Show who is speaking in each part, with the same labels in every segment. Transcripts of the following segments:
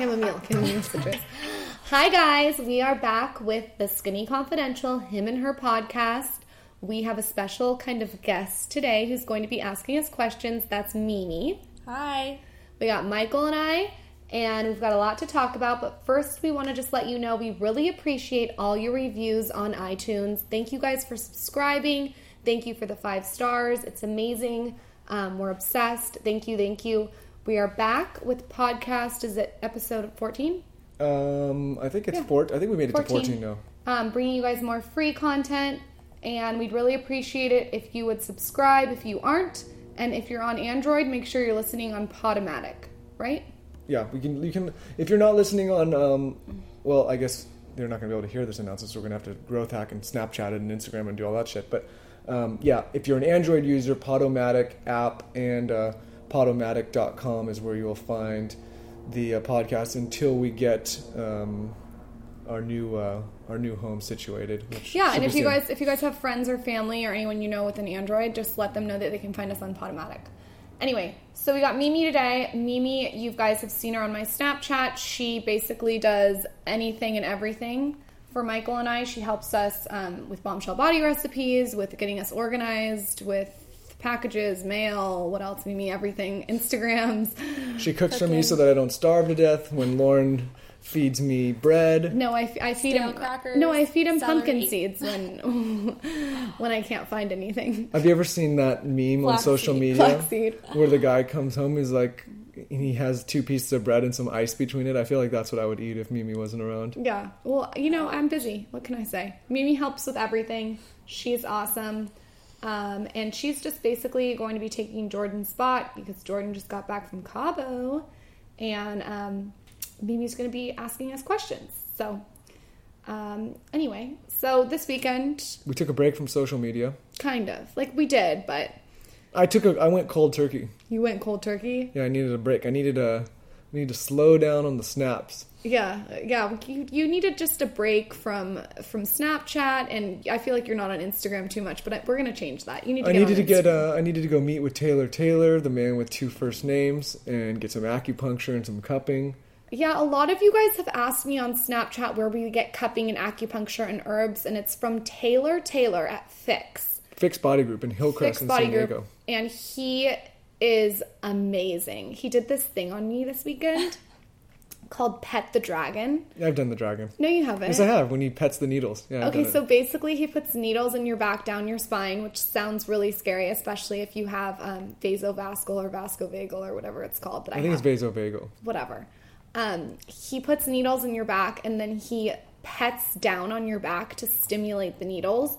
Speaker 1: Convenience address. Hi, guys. We are back with the Skinny Confidential, him and her podcast. We have a special kind of guest today who's going to be asking us questions. That's Mimi.
Speaker 2: Hi.
Speaker 1: We got Michael and I, and we've got a lot to talk about. But first, we want to just let you know we really appreciate all your reviews on iTunes. Thank you guys for subscribing. Thank you for the five stars. It's amazing. Um, we're obsessed. Thank you. Thank you. We are back with podcast. Is it episode 14?
Speaker 3: Um, I think it's four. I think we made it to
Speaker 1: 14.
Speaker 3: fourteen now.
Speaker 1: um, bringing you guys more free content. And we'd really appreciate it if you would subscribe if you aren't. And if you're on Android, make sure you're listening on Podomatic, right?
Speaker 3: Yeah, we can. You can. If you're not listening on, um, well, I guess they're not going to be able to hear this announcement, so we're going to have to growth hack and Snapchat it and Instagram and do all that shit. But um, yeah, if you're an Android user, Podomatic app and uh, Podomatic.com is where you'll find the uh, podcast until we get um, our new uh, our new home situated. Which
Speaker 1: Yeah, and
Speaker 3: should be
Speaker 1: if you
Speaker 3: soon.
Speaker 1: guys if you guys have friends or family or anyone you know with an Android, just let them know that they can find us on Podomatic. Anyway, so we got Mimi today. Mimi, you guys have seen her on my Snapchat. She basically does anything and everything for Michael and I. She helps us um, with bombshell body recipes, with getting us organized, with packages, mail, what else, Mimi? Everything, Instagrams.
Speaker 3: she cooks for me so that I don't starve to death when Lauren feeds me bread.
Speaker 1: No, I, f- I feed
Speaker 2: Stale
Speaker 1: him
Speaker 2: crackers,
Speaker 1: No, I feed him
Speaker 2: celery.
Speaker 1: pumpkin seeds when when I can't find anything.
Speaker 3: Have you ever seen that meme on
Speaker 2: Flaxseed.
Speaker 3: social media
Speaker 1: Flaxseed.
Speaker 3: where the guy comes home, he's like, and he has two pieces of bread and some ice between it? I feel like that's what I would eat if Mimi wasn't around.
Speaker 1: Yeah. Well, you know, I'm busy. What can I say? Mimi helps with everything. She's awesome. Um, and she's just basically going to be taking Jordan's spot because Jordan just got back from Cabo. And um, Mimi's going to be asking us questions. So, um, anyway, so this weekend,
Speaker 3: We took a break from social media.
Speaker 1: kind of. Like we did, but
Speaker 3: I took a, I went cold turkey.
Speaker 1: you went cold turkey.
Speaker 3: Yeah, I needed a break. I needed a, I needed to slow down on the snaps.
Speaker 1: Yeah, yeah. You, you needed just a break from from Snapchat, and I feel like you're not on Instagram too much, but I, we're gonna change that. You need to
Speaker 3: I
Speaker 1: get
Speaker 3: needed
Speaker 1: on
Speaker 3: to get,
Speaker 1: Instagram.
Speaker 3: uh, I needed to go meet with Taylor Taylor, the man with two first names, and get some acupuncture and some cupping.
Speaker 1: Yeah, a lot of you guys have asked me on Snapchat where we get cupping and acupuncture and herbs, and it's from Taylor Taylor at Fix.
Speaker 3: Fix Body Group in Hillcrest
Speaker 1: Fix
Speaker 3: in
Speaker 1: Body
Speaker 3: San Diego.
Speaker 1: Group. And he is amazing. He did this thing on me this weekend called Pet the Dragon.
Speaker 3: I've done the dragon.
Speaker 1: No, you haven't.
Speaker 3: Yes, I have. When he pets the needles. Yeah. I've
Speaker 1: Okay,
Speaker 3: done it.
Speaker 1: so basically, he puts needles in your back, down your spine, which sounds really scary, especially if you have um, vasovascular or vascovagal or whatever it's called. That I,
Speaker 3: I think
Speaker 1: have.
Speaker 3: it's vasovagal.
Speaker 1: whatever. Um, he puts needles in your back, and then he pets down on your back to stimulate the needles.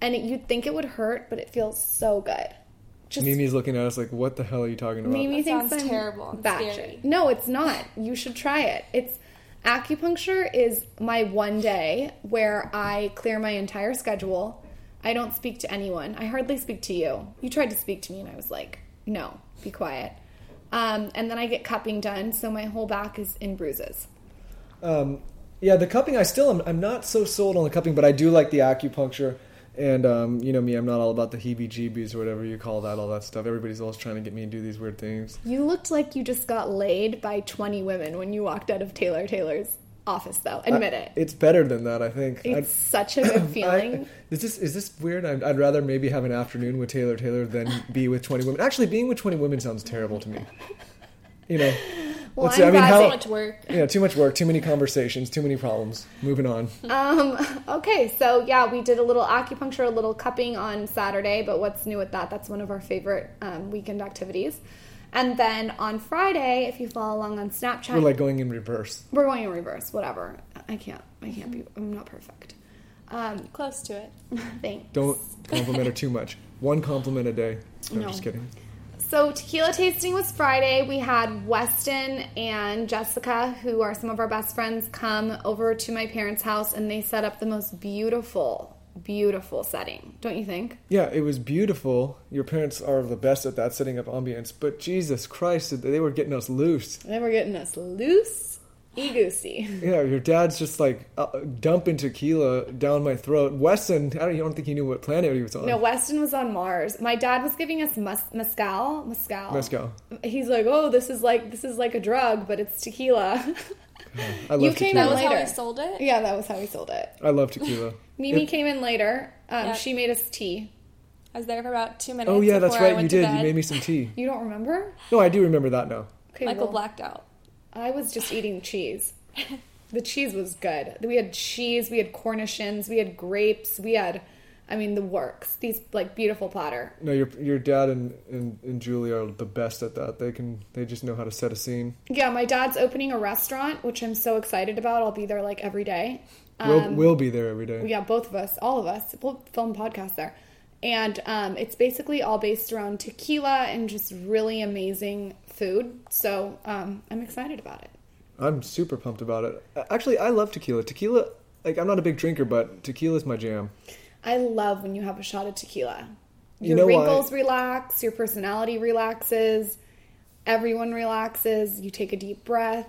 Speaker 1: And it, you'd think it would hurt, but it feels so good. Just
Speaker 3: Mimi's looking at us like, "What the hell are you talking about?"
Speaker 1: Mimi
Speaker 2: That
Speaker 1: thinks
Speaker 2: sounds
Speaker 1: I'm
Speaker 2: terrible and
Speaker 1: batshit.
Speaker 2: scary.
Speaker 1: No, it's not. You should try it. It's acupuncture is my one day where I clear my entire schedule. I don't speak to anyone. I hardly speak to you. You tried to speak to me, and I was like, no, be quiet. Um, and then I get cupping done, so my whole back is in bruises.
Speaker 3: Um, yeah, the cupping. I still am. I'm not so sold on the cupping, but I do like the acupuncture. And um, you know me, I'm not all about the heebie-jeebies or whatever you call that, all that stuff. Everybody's always trying to get me to do these weird things.
Speaker 1: You looked like you just got laid by 20 women when you walked out of Taylor Taylor's office, though. Admit it.
Speaker 3: It's better than that, Uh, I think. I'd-
Speaker 1: It's such a good feeling.
Speaker 3: I, is this is this weird? I'd, I'd rather maybe have an afternoon with Taylor Taylor than be with 20 women. Actually, being with 20 women sounds terrible to me. You know.
Speaker 1: Well,
Speaker 3: Let's see,
Speaker 1: I'm
Speaker 3: I mean,
Speaker 1: glad
Speaker 3: how-
Speaker 2: So much work.
Speaker 3: Yeah, too much work, too many conversations, too many problems. Moving on.
Speaker 1: Um, okay, so yeah, we did a little acupuncture, a little cupping on Saturday, but what's new with that? That's one of our favorite um, weekend activities. And then on Friday, if you follow along on Snapchat,
Speaker 3: We're like going in reverse.
Speaker 1: we're going in reverse, whatever. I can't, I can't be, I'm not perfect. Um,
Speaker 2: Close to it.
Speaker 1: thanks.
Speaker 3: Don't compliment her too much. One compliment a day. No,
Speaker 1: No.
Speaker 3: I'm just kidding.
Speaker 1: So tequila tasting was Friday. We had Weston and Jessica, who are some of our best friends, come over to my parents' house and they set up the most beautiful, beautiful setting. Don't you think?
Speaker 3: Yeah, it was beautiful. Your parents are the best at that, setting up ambience. But Jesus Christ, they were getting us loose.
Speaker 1: They were getting us loose Egoosey.
Speaker 3: Yeah, your dad's just like uh, dumping tequila down my throat. Wesson, I don't, I don't think he knew what planet he was on.
Speaker 1: No, Weston was on Mars. My dad was giving us mus- mezcal. Mezcal.
Speaker 3: Mezcal.
Speaker 1: He's like, oh, this is like this is like a drug, but it's tequila.
Speaker 3: I love
Speaker 1: You came
Speaker 3: tequila.
Speaker 1: out
Speaker 2: That was how
Speaker 1: Later.
Speaker 2: he sold it.
Speaker 1: yeah, that was how he sold it.
Speaker 3: I love tequila.
Speaker 1: Mimi
Speaker 3: If-
Speaker 1: came in later. Um,
Speaker 2: Yeah.
Speaker 1: She made us tea.
Speaker 2: I was there for about two minutes.
Speaker 3: oh yeah, that's
Speaker 2: before
Speaker 3: right.
Speaker 2: I
Speaker 3: You
Speaker 2: went
Speaker 3: did.
Speaker 2: to bed.
Speaker 3: You made me some tea.
Speaker 1: You don't remember?
Speaker 3: No, I do remember that now.
Speaker 1: Okay,
Speaker 2: Michael
Speaker 1: well,
Speaker 2: blacked out.
Speaker 1: I was just eating cheese. The cheese was good. We had cheese, we had cornichons, we had grapes, we had, I mean, the works. These like beautiful platter.
Speaker 3: No, your your dad and, and, and Julie are the best at that. They can they just know how to set a scene.
Speaker 1: Yeah, my dad's opening a restaurant, which I'm so excited about. I'll be there like every day. Um,
Speaker 3: we'll
Speaker 2: Um,
Speaker 3: we'll be there every day.
Speaker 1: Yeah, both of us, all of us. We'll film podcasts there. And um, it's basically all based around tequila and just really amazing food. So um, I'm excited about it.
Speaker 3: I'm super pumped about it. A- Actually, I love tequila. Tequila, like I'm not a big drinker, but tequila is my jam.
Speaker 1: I love when you have a shot of tequila. Your
Speaker 3: You know why-
Speaker 1: wrinkles relax, your personality relaxes, everyone relaxes, you take a deep breath,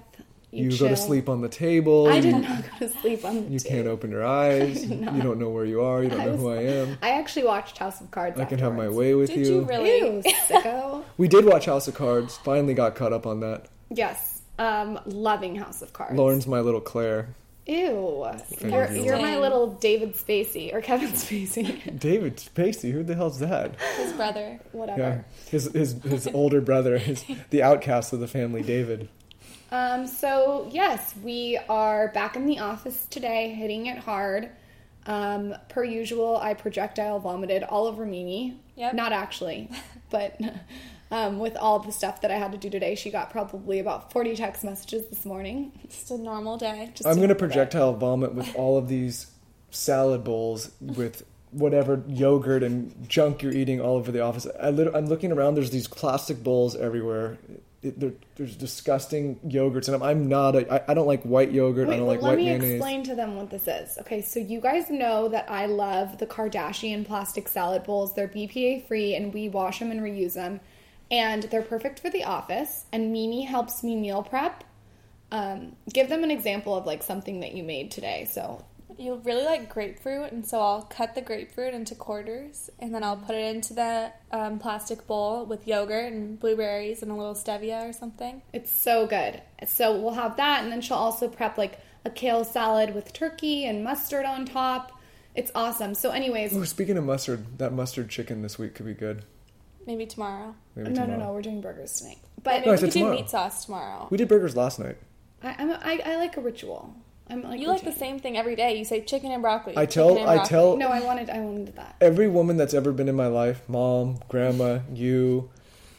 Speaker 1: you,
Speaker 3: You,
Speaker 1: chill.
Speaker 3: go to sleep on the table.
Speaker 1: I
Speaker 3: you-
Speaker 1: did not go to sleep on the
Speaker 3: You
Speaker 1: table.
Speaker 3: can't open your eyes. You don't know where you are. You don't
Speaker 1: I
Speaker 3: know
Speaker 1: was-
Speaker 3: who I am.
Speaker 1: I actually watched House of Cards.
Speaker 3: I can have my
Speaker 1: afterwards.
Speaker 3: way with
Speaker 2: Did you really?
Speaker 1: Ew, sicko.
Speaker 3: We did watch House of Cards. Finally got caught up on that.
Speaker 1: yes. Um, loving House of Cards.
Speaker 3: Lauren's my little Claire.
Speaker 1: Ew.
Speaker 3: Thank
Speaker 1: You're,
Speaker 3: you.
Speaker 1: you're my
Speaker 2: Same.
Speaker 1: little David Spacey or Kevin Spacey.
Speaker 3: David Spacey. Who the hell's that?
Speaker 2: His brother.
Speaker 3: Yeah,
Speaker 1: Whatever.
Speaker 3: his his his older brother, his, the outcast of the family, David.
Speaker 1: Um, so, yes, we are back in the office today, hitting it hard. Um, per usual, I projectile vomited all over Mimi.
Speaker 2: Yep.
Speaker 1: Not actually, but um, with all the stuff that I had to do today, she got probably about 40 text messages this morning.
Speaker 2: Just a normal day. Just
Speaker 3: I'm gonna projectile vomit with all of these salad bowls with whatever yogurt and junk you're eating all over the office. I lit- I'm looking around. There's these plastic bowls everywhere. It, there, there's disgusting yogurts, and I'm, I'm not. A, I, I don't like white yogurt. I
Speaker 1: Wait,
Speaker 3: don't
Speaker 1: well,
Speaker 3: like
Speaker 1: let
Speaker 3: white
Speaker 1: me
Speaker 3: mayonnaise.
Speaker 1: explain to them what this is. Okay, so you guys know that I love the Kardashian plastic salad bowls. They're BPA free and we wash them and reuse them. And they're perfect for the office. And Mimi helps me meal prep. Um, give them an example of like something that you made today. So
Speaker 2: You really like grapefruit, and so I'll cut the grapefruit into quarters, and then I'll put it into the um, plastic bowl with yogurt and blueberries and a little stevia or something.
Speaker 1: It's so good. So we'll have that, and then she'll also prep like a kale salad with turkey and mustard on top. It's awesome. So, anyways,
Speaker 3: Oh, speaking of mustard, that mustard chicken this week could be good.
Speaker 2: Maybe tomorrow.
Speaker 3: Maybe
Speaker 1: no, no,
Speaker 3: tomorrow.
Speaker 1: no, we're doing burgers tonight.
Speaker 2: But
Speaker 1: But
Speaker 2: maybe
Speaker 3: I
Speaker 2: we
Speaker 3: said
Speaker 2: could do
Speaker 3: tomorrow.
Speaker 2: meat sauce tomorrow.
Speaker 3: We did burgers last night.
Speaker 1: I, I'm, I, I like a ritual. I'm like
Speaker 2: You like the
Speaker 1: routine.
Speaker 2: same thing every day. You say chicken and broccoli.
Speaker 3: I
Speaker 2: chicken
Speaker 3: tell
Speaker 2: and
Speaker 3: I
Speaker 2: broccoli.
Speaker 3: tell
Speaker 1: No, I wanted, I wanted that.
Speaker 3: every woman that's ever been in my life, mom, grandma, you,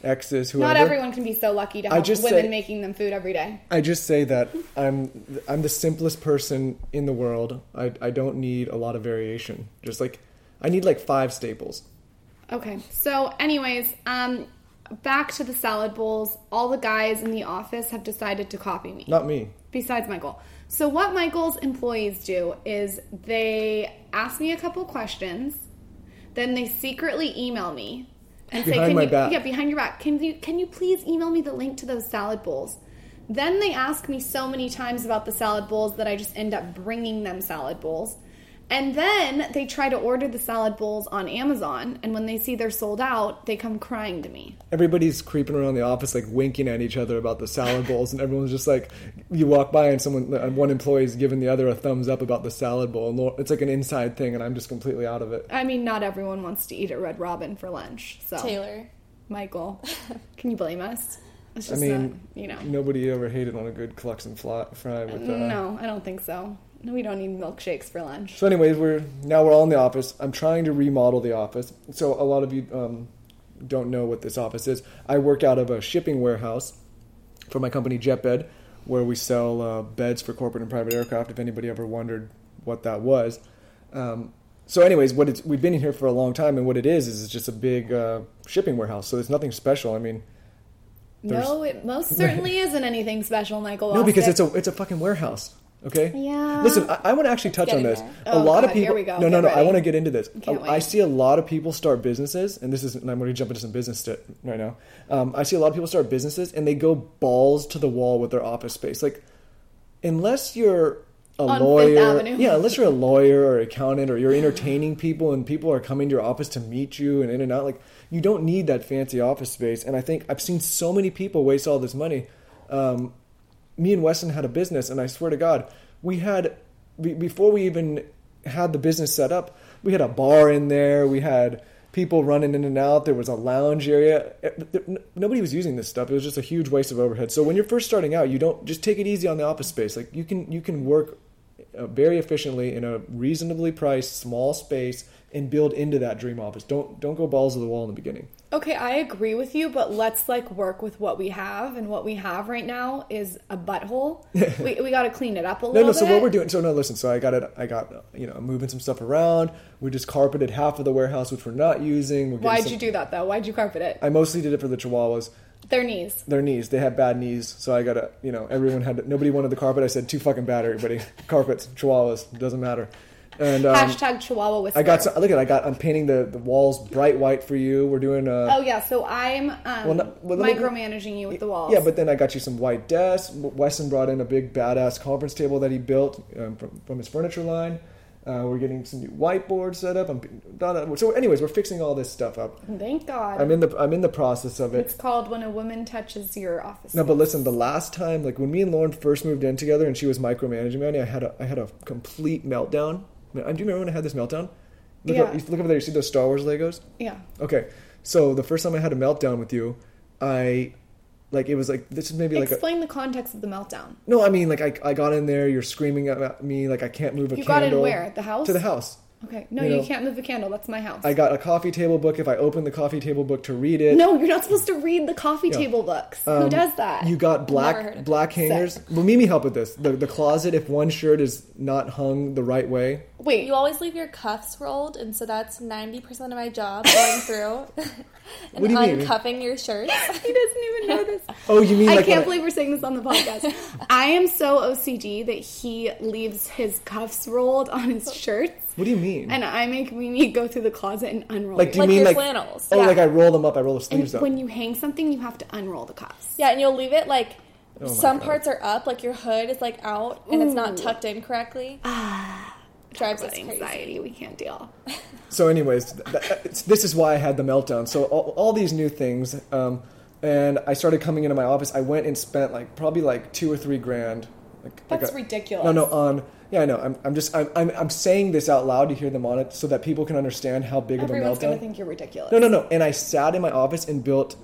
Speaker 3: exes, whoever.
Speaker 1: Not everyone can be so lucky to
Speaker 3: I
Speaker 1: have
Speaker 3: just
Speaker 1: women
Speaker 3: say-
Speaker 1: making them food every day.
Speaker 3: I just say that I'm I'm the simplest person in the world. I I don't need a lot of variation. Just like I need like five staples.
Speaker 1: Okay. So, anyways, um, back to the salad bowls. All the guys in the office have decided to copy me.
Speaker 3: Not me.
Speaker 1: besides Michael. So what Michael's employees do is they ask me a couple questions, then they secretly email me and say,
Speaker 3: Behind
Speaker 1: "Can
Speaker 3: my
Speaker 1: you
Speaker 3: back.
Speaker 1: yeah behind your back? Can you can you please email me the link to those salad bowls?" Then they ask me so many times about the salad bowls that I just end up bringing them salad bowls. And then they try to order the salad bowls on Amazon, and when they see they're sold out, they come crying to me.
Speaker 3: Everybody's creeping around the office, like winking at each other about the salad bowls, and everyone's just like, you walk by and someone, uh, one employee's giving the other a thumbs up about the salad bowl, and Lau- it's like an inside thing, and I'm just completely out of it.
Speaker 1: I mean, not everyone wants to eat at Red Robin for lunch. So
Speaker 2: Taylor.
Speaker 1: Michael, can you blame us? It's
Speaker 3: I
Speaker 1: just
Speaker 3: mean,
Speaker 1: not, you know.
Speaker 3: Nobody ever hated on a good Cluxon fly, fry with uh,
Speaker 1: No, I don't think so. No, we don't need milkshakes for lunch.
Speaker 3: So, anyways, we're now we're all in the office. I'm trying to remodel the office. So, a lot of you um, don't know what this office is. I work out of a shipping warehouse for my company JetBed, where we sell uh, beds for corporate and private aircraft. If anybody ever wondered what that was, um, so anyways, what it's, we've been in here for a long time, and what it is is it's just a big uh, shipping warehouse. So there's nothing special. I mean, There's-
Speaker 1: No, it most certainly isn't anything special, Michael.
Speaker 3: no, because
Speaker 1: Ostick.
Speaker 3: it's a it's a fucking warehouse. Okay.
Speaker 1: Yeah.
Speaker 3: Listen, I, I want to actually touch on
Speaker 2: getting
Speaker 3: this.
Speaker 2: there.
Speaker 3: a
Speaker 1: Oh,
Speaker 3: lot of
Speaker 1: God, here
Speaker 3: people.
Speaker 1: we go.
Speaker 3: No,
Speaker 1: Get
Speaker 3: no, no. I
Speaker 1: ready.
Speaker 3: want to get into this.
Speaker 1: Can't
Speaker 3: I,
Speaker 1: wait.
Speaker 3: I see a lot of people start businesses, and this is. And I'm going to jump into some business st- right now. Um, I see a lot of people start businesses, and they go balls to the wall with their office space. Like, unless you're a
Speaker 1: On Fifth
Speaker 3: lawyer,
Speaker 1: Avenue.
Speaker 3: yeah, unless you're a lawyer or accountant or you're entertaining people and people are coming to your office to meet you and in and out, like you don't need that fancy office space. And I think I've seen so many people waste all this money. Um, me and Weston had a business, and I swear to God, we had be- before we even had the business set up, we had a bar in there, we had people running in and out, there was a lounge area. It- th- n- Nobody was using this stuff. It was just a huge waste of overhead. So when you're first starting out, you don't just take it easy on the office space. Like you can you can work uh, very efficiently in a reasonably priced small space and build into that dream office. Don't don't go balls to the wall in the beginning.
Speaker 1: Okay, I agree with you, but let's like work with what we have, and what we have right now is a butthole. we we got to clean it up a
Speaker 3: No,
Speaker 1: little.
Speaker 3: no. So
Speaker 1: bit.
Speaker 3: what we're doing? So no, listen. So I got it. I got you know I'm moving some stuff around. We just carpeted half of the warehouse, which we're not using. We're getting
Speaker 1: Why'd
Speaker 3: some-
Speaker 1: you do that though? Why'd you carpet it?
Speaker 3: I mostly did it for the Chihuahuas.
Speaker 1: Their knees.
Speaker 3: Their knees. They had bad knees, so I gotta. You know, everyone had. Nobody wanted the carpet. I said too fucking bad, everybody. Carpets, Chihuahuas, doesn't matter. And um,
Speaker 1: Hashtag Chihuahua whisper.
Speaker 3: I got. Some, look at. I got. I'm painting the the walls bright white for you. We're doing. Uh,
Speaker 1: Oh yeah, so I'm um,
Speaker 3: not- well, let me-
Speaker 1: micromanaging you with the walls.
Speaker 3: Yeah, but then I got you some white desks. Weston brought in a big badass conference table that he built um, from, from his furniture line. Uh, we're getting some new whiteboard set up. I'm, da, da- so, anyways, we're fixing all this stuff up.
Speaker 1: thank God.
Speaker 3: I'm in the I'm in the process of it.
Speaker 1: it's called when a woman touches your office.
Speaker 3: No, but listen, the last time, like when me and Lauren first moved in together, and she was micromanaging me, I had a I had a complete meltdown. Man, Do you remember when I had this meltdown? Look,
Speaker 1: Yeah.
Speaker 3: up, look over there. You see those Star Wars Legos?
Speaker 1: yeah.
Speaker 3: Okay, so the first time I had a meltdown with you, I like it was like this is maybe like a,
Speaker 1: Explain the context of the meltdown.
Speaker 3: No, I mean like I, I got in there. You're screaming at me like I can't move a
Speaker 1: You got
Speaker 3: candle.
Speaker 1: in where? At The house?
Speaker 3: To the house.
Speaker 1: Okay. No,
Speaker 3: You
Speaker 1: you,
Speaker 3: know.
Speaker 1: can't move a candle. That's my house.
Speaker 3: I got a coffee table book. If I open the coffee table book to read it,
Speaker 1: no, you're not supposed to read the coffee
Speaker 3: Yeah.
Speaker 1: table books.
Speaker 3: um,
Speaker 1: Who does that?
Speaker 3: You got
Speaker 2: Never heard
Speaker 3: black
Speaker 2: of
Speaker 3: black hangers. Well, Mimi helped with this. The the closet. If one shirt is not hung the right way,
Speaker 1: Wait.
Speaker 2: You always leave your cuffs rolled, and so that's 90% of my job going through and
Speaker 3: What do you mean?
Speaker 2: uncuffing your shirt.
Speaker 1: he doesn't even know this.
Speaker 3: oh, you mean
Speaker 1: I
Speaker 3: like when
Speaker 1: can't believe we're saying this on the podcast. I am so OCD that he leaves his cuffs rolled on his shirts,
Speaker 3: What do you mean?
Speaker 1: and I make Mimi go through the closet and unroll.
Speaker 3: like
Speaker 1: it.
Speaker 3: do you
Speaker 2: Like
Speaker 3: mean
Speaker 2: your
Speaker 3: like
Speaker 2: flannels.
Speaker 3: Oh,
Speaker 1: Yeah.
Speaker 3: like I roll them up. I roll the sleeves up.
Speaker 1: when you hang something, you have to unroll the cuffs.
Speaker 2: Yeah, and you'll leave it like
Speaker 3: Oh my
Speaker 2: some
Speaker 3: God.
Speaker 2: parts are up, like your hood is like out and it's not tucked in correctly. Ah, drives us
Speaker 1: But
Speaker 2: crazy.
Speaker 1: anxiety, we can't deal.
Speaker 3: So, anyways, th- th- it's- this is why I had the meltdown. So, all, all these new things, um, and I started coming into my office. I went and spent like probably like two or three grand. Like,
Speaker 1: That's
Speaker 3: like a-
Speaker 1: ridiculous.
Speaker 3: No, no, on yeah, I know. I'm, I'm just I'm, I'm I'm saying this out loud to hear them on it so that people can understand how big
Speaker 1: Everyone's
Speaker 3: of a meltdown.
Speaker 1: gonna think you're ridiculous.
Speaker 3: No, no, no. And I sat in my office and built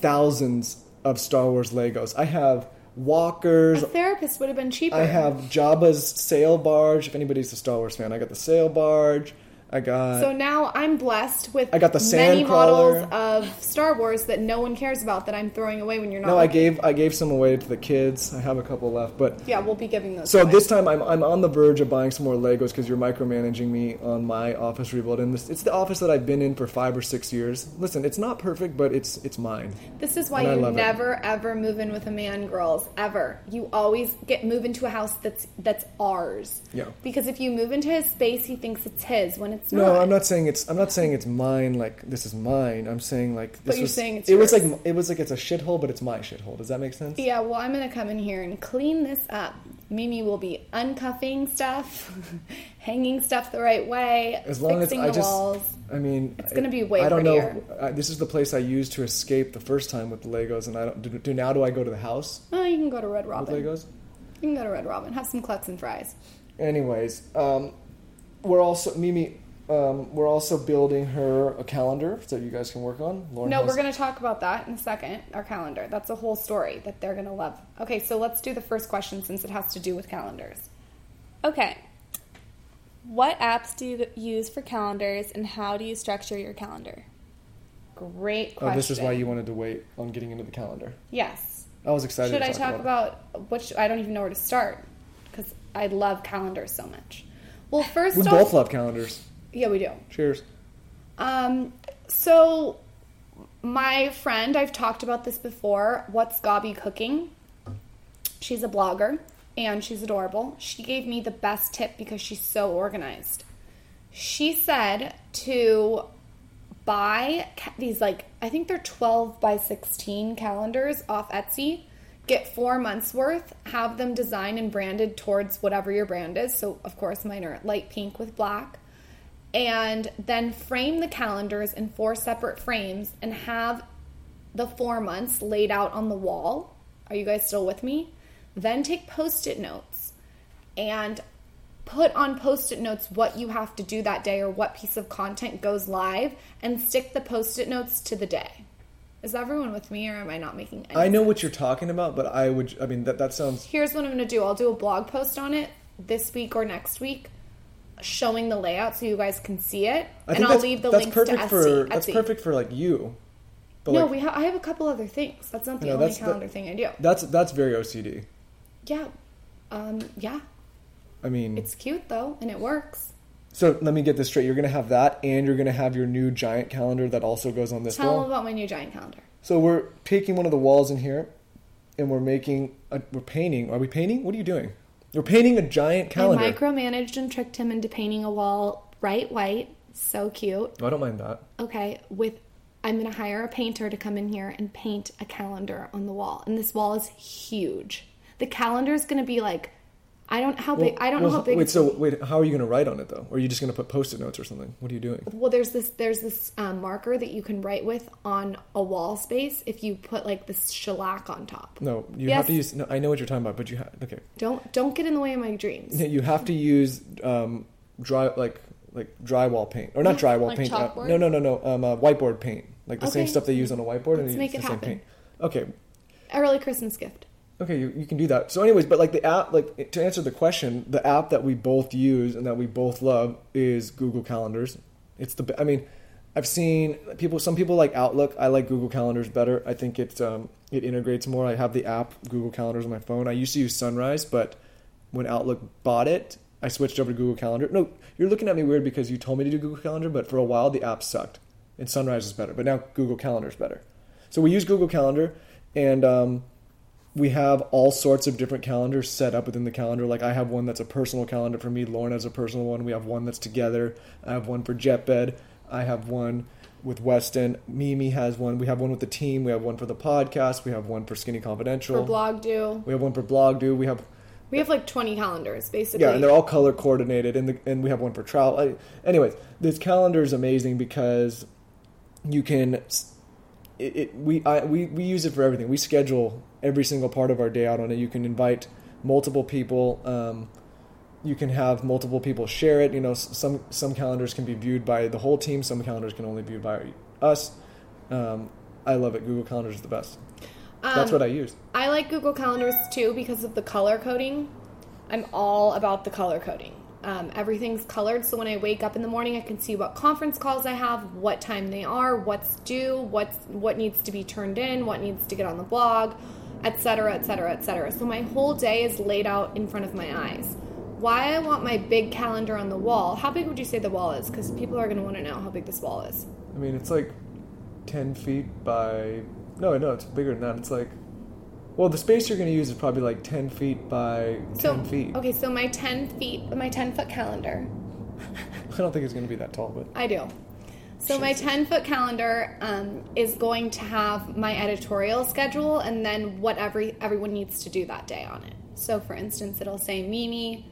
Speaker 3: thousands of Star Wars Legos. I have walkers.
Speaker 1: A therapist would have been cheaper.
Speaker 3: I have Jabba's sail barge. If anybody's a Star Wars fan, I got the sail barge. I got
Speaker 1: So now I'm blessed with
Speaker 3: I got the
Speaker 1: many
Speaker 3: sand
Speaker 1: models
Speaker 3: crawler.
Speaker 1: of Star Wars that no one cares about that I'm throwing away when you're not.
Speaker 3: No, I
Speaker 1: looking.
Speaker 3: gave I gave some away to the kids. I have a couple left, but
Speaker 1: Yeah, we'll be giving those.
Speaker 3: so
Speaker 1: away.
Speaker 3: this time I'm I'm on the verge of buying some more Legos because you're micromanaging me on my office rebuild, and this, it's the office that I've been in for five or six years. Listen, it's not perfect, but it's it's mine.
Speaker 1: This is why
Speaker 3: And I
Speaker 1: you
Speaker 3: love it.
Speaker 1: never ever move in with a man, girls. Ever. You always get move into a house that's that's ours.
Speaker 3: Yeah.
Speaker 1: Because if you move into his space, he thinks it's his when it's not.
Speaker 3: No, I'm not saying it's I'm not saying it's mine. Like this is mine. I'm saying like this
Speaker 1: But you're
Speaker 3: was-
Speaker 1: saying it's
Speaker 3: it was
Speaker 1: yours.
Speaker 3: like it was like it's a shithole, but it's my shithole. Does that make sense?
Speaker 1: Yeah. Well, I'm gonna come in here and clean this up. Mimi will be uncuffing stuff, hanging stuff the right way,
Speaker 3: As long as
Speaker 1: fixing
Speaker 3: I
Speaker 1: the
Speaker 3: just,
Speaker 1: walls.
Speaker 3: I mean, it's
Speaker 1: gonna be way
Speaker 3: I don't know.
Speaker 1: prettier.
Speaker 3: I, this is the place I used to escape the first time with the Legos, and I don't. Do, do now? Do I go to the house
Speaker 1: Oh, you can go to Red
Speaker 3: with
Speaker 1: Robin.
Speaker 3: Legos?
Speaker 1: You can go to Red Robin. Have some clucks and fries.
Speaker 3: Anyways, um, we're also Mimi. Um, we're also building her a calendar so you guys can work on. Lauren
Speaker 1: No,
Speaker 3: has-
Speaker 1: we're going to talk about that in a second. Our calendar. That's a whole story that they're going to love. Okay, so let's do the first question since it has to do with calendars.
Speaker 2: Okay. What apps do you use for calendars and how do you structure your calendar?
Speaker 1: Great question.
Speaker 3: Oh, this is why you wanted to wait on getting into the calendar.
Speaker 1: Yes.
Speaker 3: I was excited.
Speaker 1: Should
Speaker 3: to
Speaker 1: I
Speaker 3: talk
Speaker 1: talk
Speaker 3: about?
Speaker 1: about, which I don't even know where to start because I love calendars so much. Well, first
Speaker 3: We
Speaker 1: off,
Speaker 3: both love calendars.
Speaker 1: yeah, we do.
Speaker 3: Cheers.
Speaker 1: Um, so my friend, I've talked about this before. What's Gobby cooking? She's a blogger and she's adorable. She gave me the best tip because she's so organized. She said to buy ca- these like I think they're 12 by 16 calendars off Etsy. Get four months worth, have them designed and branded towards whatever your brand is. So, of course, mine are light pink with black. And then frame the calendars in four separate frames and have the four months laid out on the wall. Are you guys still with me? Then take post it notes and put on post it notes what you have to do that day or what piece of content goes live and stick the post it notes to the day. Is everyone with me or am I not making any
Speaker 3: I know what you're talking about, but I would. I mean, that that sounds.
Speaker 1: here's what I'm going to do. I'll do a blog post on it this week or next week showing the layout so you guys can see it.
Speaker 3: I
Speaker 1: and
Speaker 3: think
Speaker 1: I'll
Speaker 3: that's,
Speaker 1: leave the
Speaker 3: that's
Speaker 1: links to
Speaker 3: perfect
Speaker 1: Etsy.
Speaker 3: for that's
Speaker 1: Etsy.
Speaker 3: perfect for like you. But
Speaker 1: no,
Speaker 3: like,
Speaker 1: we ha- I have a couple other things. That's not the
Speaker 3: No,
Speaker 1: only
Speaker 3: that's the-
Speaker 1: calendar thing I do.
Speaker 3: that's that's very OCD.
Speaker 1: Yeah. Um, yeah.
Speaker 3: I mean,
Speaker 1: It's cute though and it works.
Speaker 3: so let me get this straight. You're gonna have that, and you're gonna have your new giant calendar that also goes on this
Speaker 1: Tell
Speaker 3: wall.
Speaker 1: them about my new giant calendar.
Speaker 3: So we're taking one of the walls in here, and we're making a, we're painting. Are we painting? What are you doing? We're painting a giant calendar.
Speaker 1: I micromanaged and tricked him into painting a wall bright white. So cute.
Speaker 3: I don't mind that.
Speaker 1: Okay, with I'm going to hire a painter to come in here and paint a calendar on the wall. And this wall is huge. The calendar is going to be like I don't how big I don't know
Speaker 3: Well,
Speaker 1: how big
Speaker 3: Wait,
Speaker 1: it's-
Speaker 3: so wait, how are you going to write on it though? Or are you just going to put post-it notes or something? What are you doing?
Speaker 1: well there's this there's this um, marker that you can write with on a wall space if you put like this shellac on top.
Speaker 3: No, you
Speaker 1: Yes.
Speaker 3: have to use. No, I know what you're talking about, but you have okay.
Speaker 1: Don't don't get in the way of my dreams.
Speaker 3: No, You have to use um, dry like like drywall paint or not drywall
Speaker 2: Like
Speaker 3: paint. uh,
Speaker 2: chalkboard?
Speaker 3: no, no, no, no. Um, uh, whiteboard paint, like the same
Speaker 1: Okay.
Speaker 3: stuff they use on a whiteboard. and
Speaker 1: Let's
Speaker 3: you
Speaker 1: make
Speaker 3: use
Speaker 1: it
Speaker 3: the same
Speaker 1: happen.
Speaker 3: paint. Okay,
Speaker 1: Early Christmas gift.
Speaker 3: Okay, you, you can do that. So, anyways, but like the app, like to answer the question, the app that we both use and that we both love is Google Calendars. It's the, be- I mean, I've seen people. Some people like Outlook. I like Google Calendars better. I think it's um, it integrates more. I have the app Google Calendars on my phone. I used to use Sunrise, but when Outlook bought it, I switched over to Google Calendar. No, you're looking at me weird because you told me to do Google Calendar, but for a while the app sucked, and Sunrise is better. But now Google Calendar is better. So we use Google Calendar, and um, we have all sorts of different calendars set up within the calendar. Like I have one that's a personal calendar for me. Lauren has a personal one. We have one that's together. I have one for Jetbed. I have one with Weston. Mimi has one. We have one with the team. We have one for the podcast. We have one for Skinny Confidential.
Speaker 1: For blog do.
Speaker 3: we have one for Blog Do. We have
Speaker 1: We have like 20 calendars basically.
Speaker 3: yeah, and they're all color coordinated, and the, and we have one for travel. I, anyways, this calendar is amazing because you can s- it, it we I, we we use it for everything. We schedule every single part of our day out on it. You can invite multiple people. Um, you can have multiple people share it. You know, s- some some calendars can be viewed by the whole team. Some calendars can only be viewed by us. Um, I love it. Google Calendar is the best. That's what I use.
Speaker 1: I like Google Calendars too because of the color coding. I'm all about the color coding. Um, everything's colored, so when I wake up in the morning, I can see what conference calls I have, what time they are, what's due, what's what needs to be turned in, what needs to get on the blog, etc., etc., etc. So my whole day is laid out in front of my eyes. Why I want my big calendar on the wall? How big would you say the wall is? Because people are going to want to know how big this wall is.
Speaker 3: I mean, it's like 10 feet by. No, no, it's bigger than that. It's like. Well, the space you're going to use is probably like 10 feet by 10
Speaker 1: So
Speaker 3: feet.
Speaker 1: okay, so my ten feet, my ten foot calendar
Speaker 3: I don't think it's going to be that tall, but.
Speaker 1: I do. So my 10 foot calendar um, is going to have my editorial schedule and then what every everyone needs to do that day on it. So for instance, it'll say Mimi,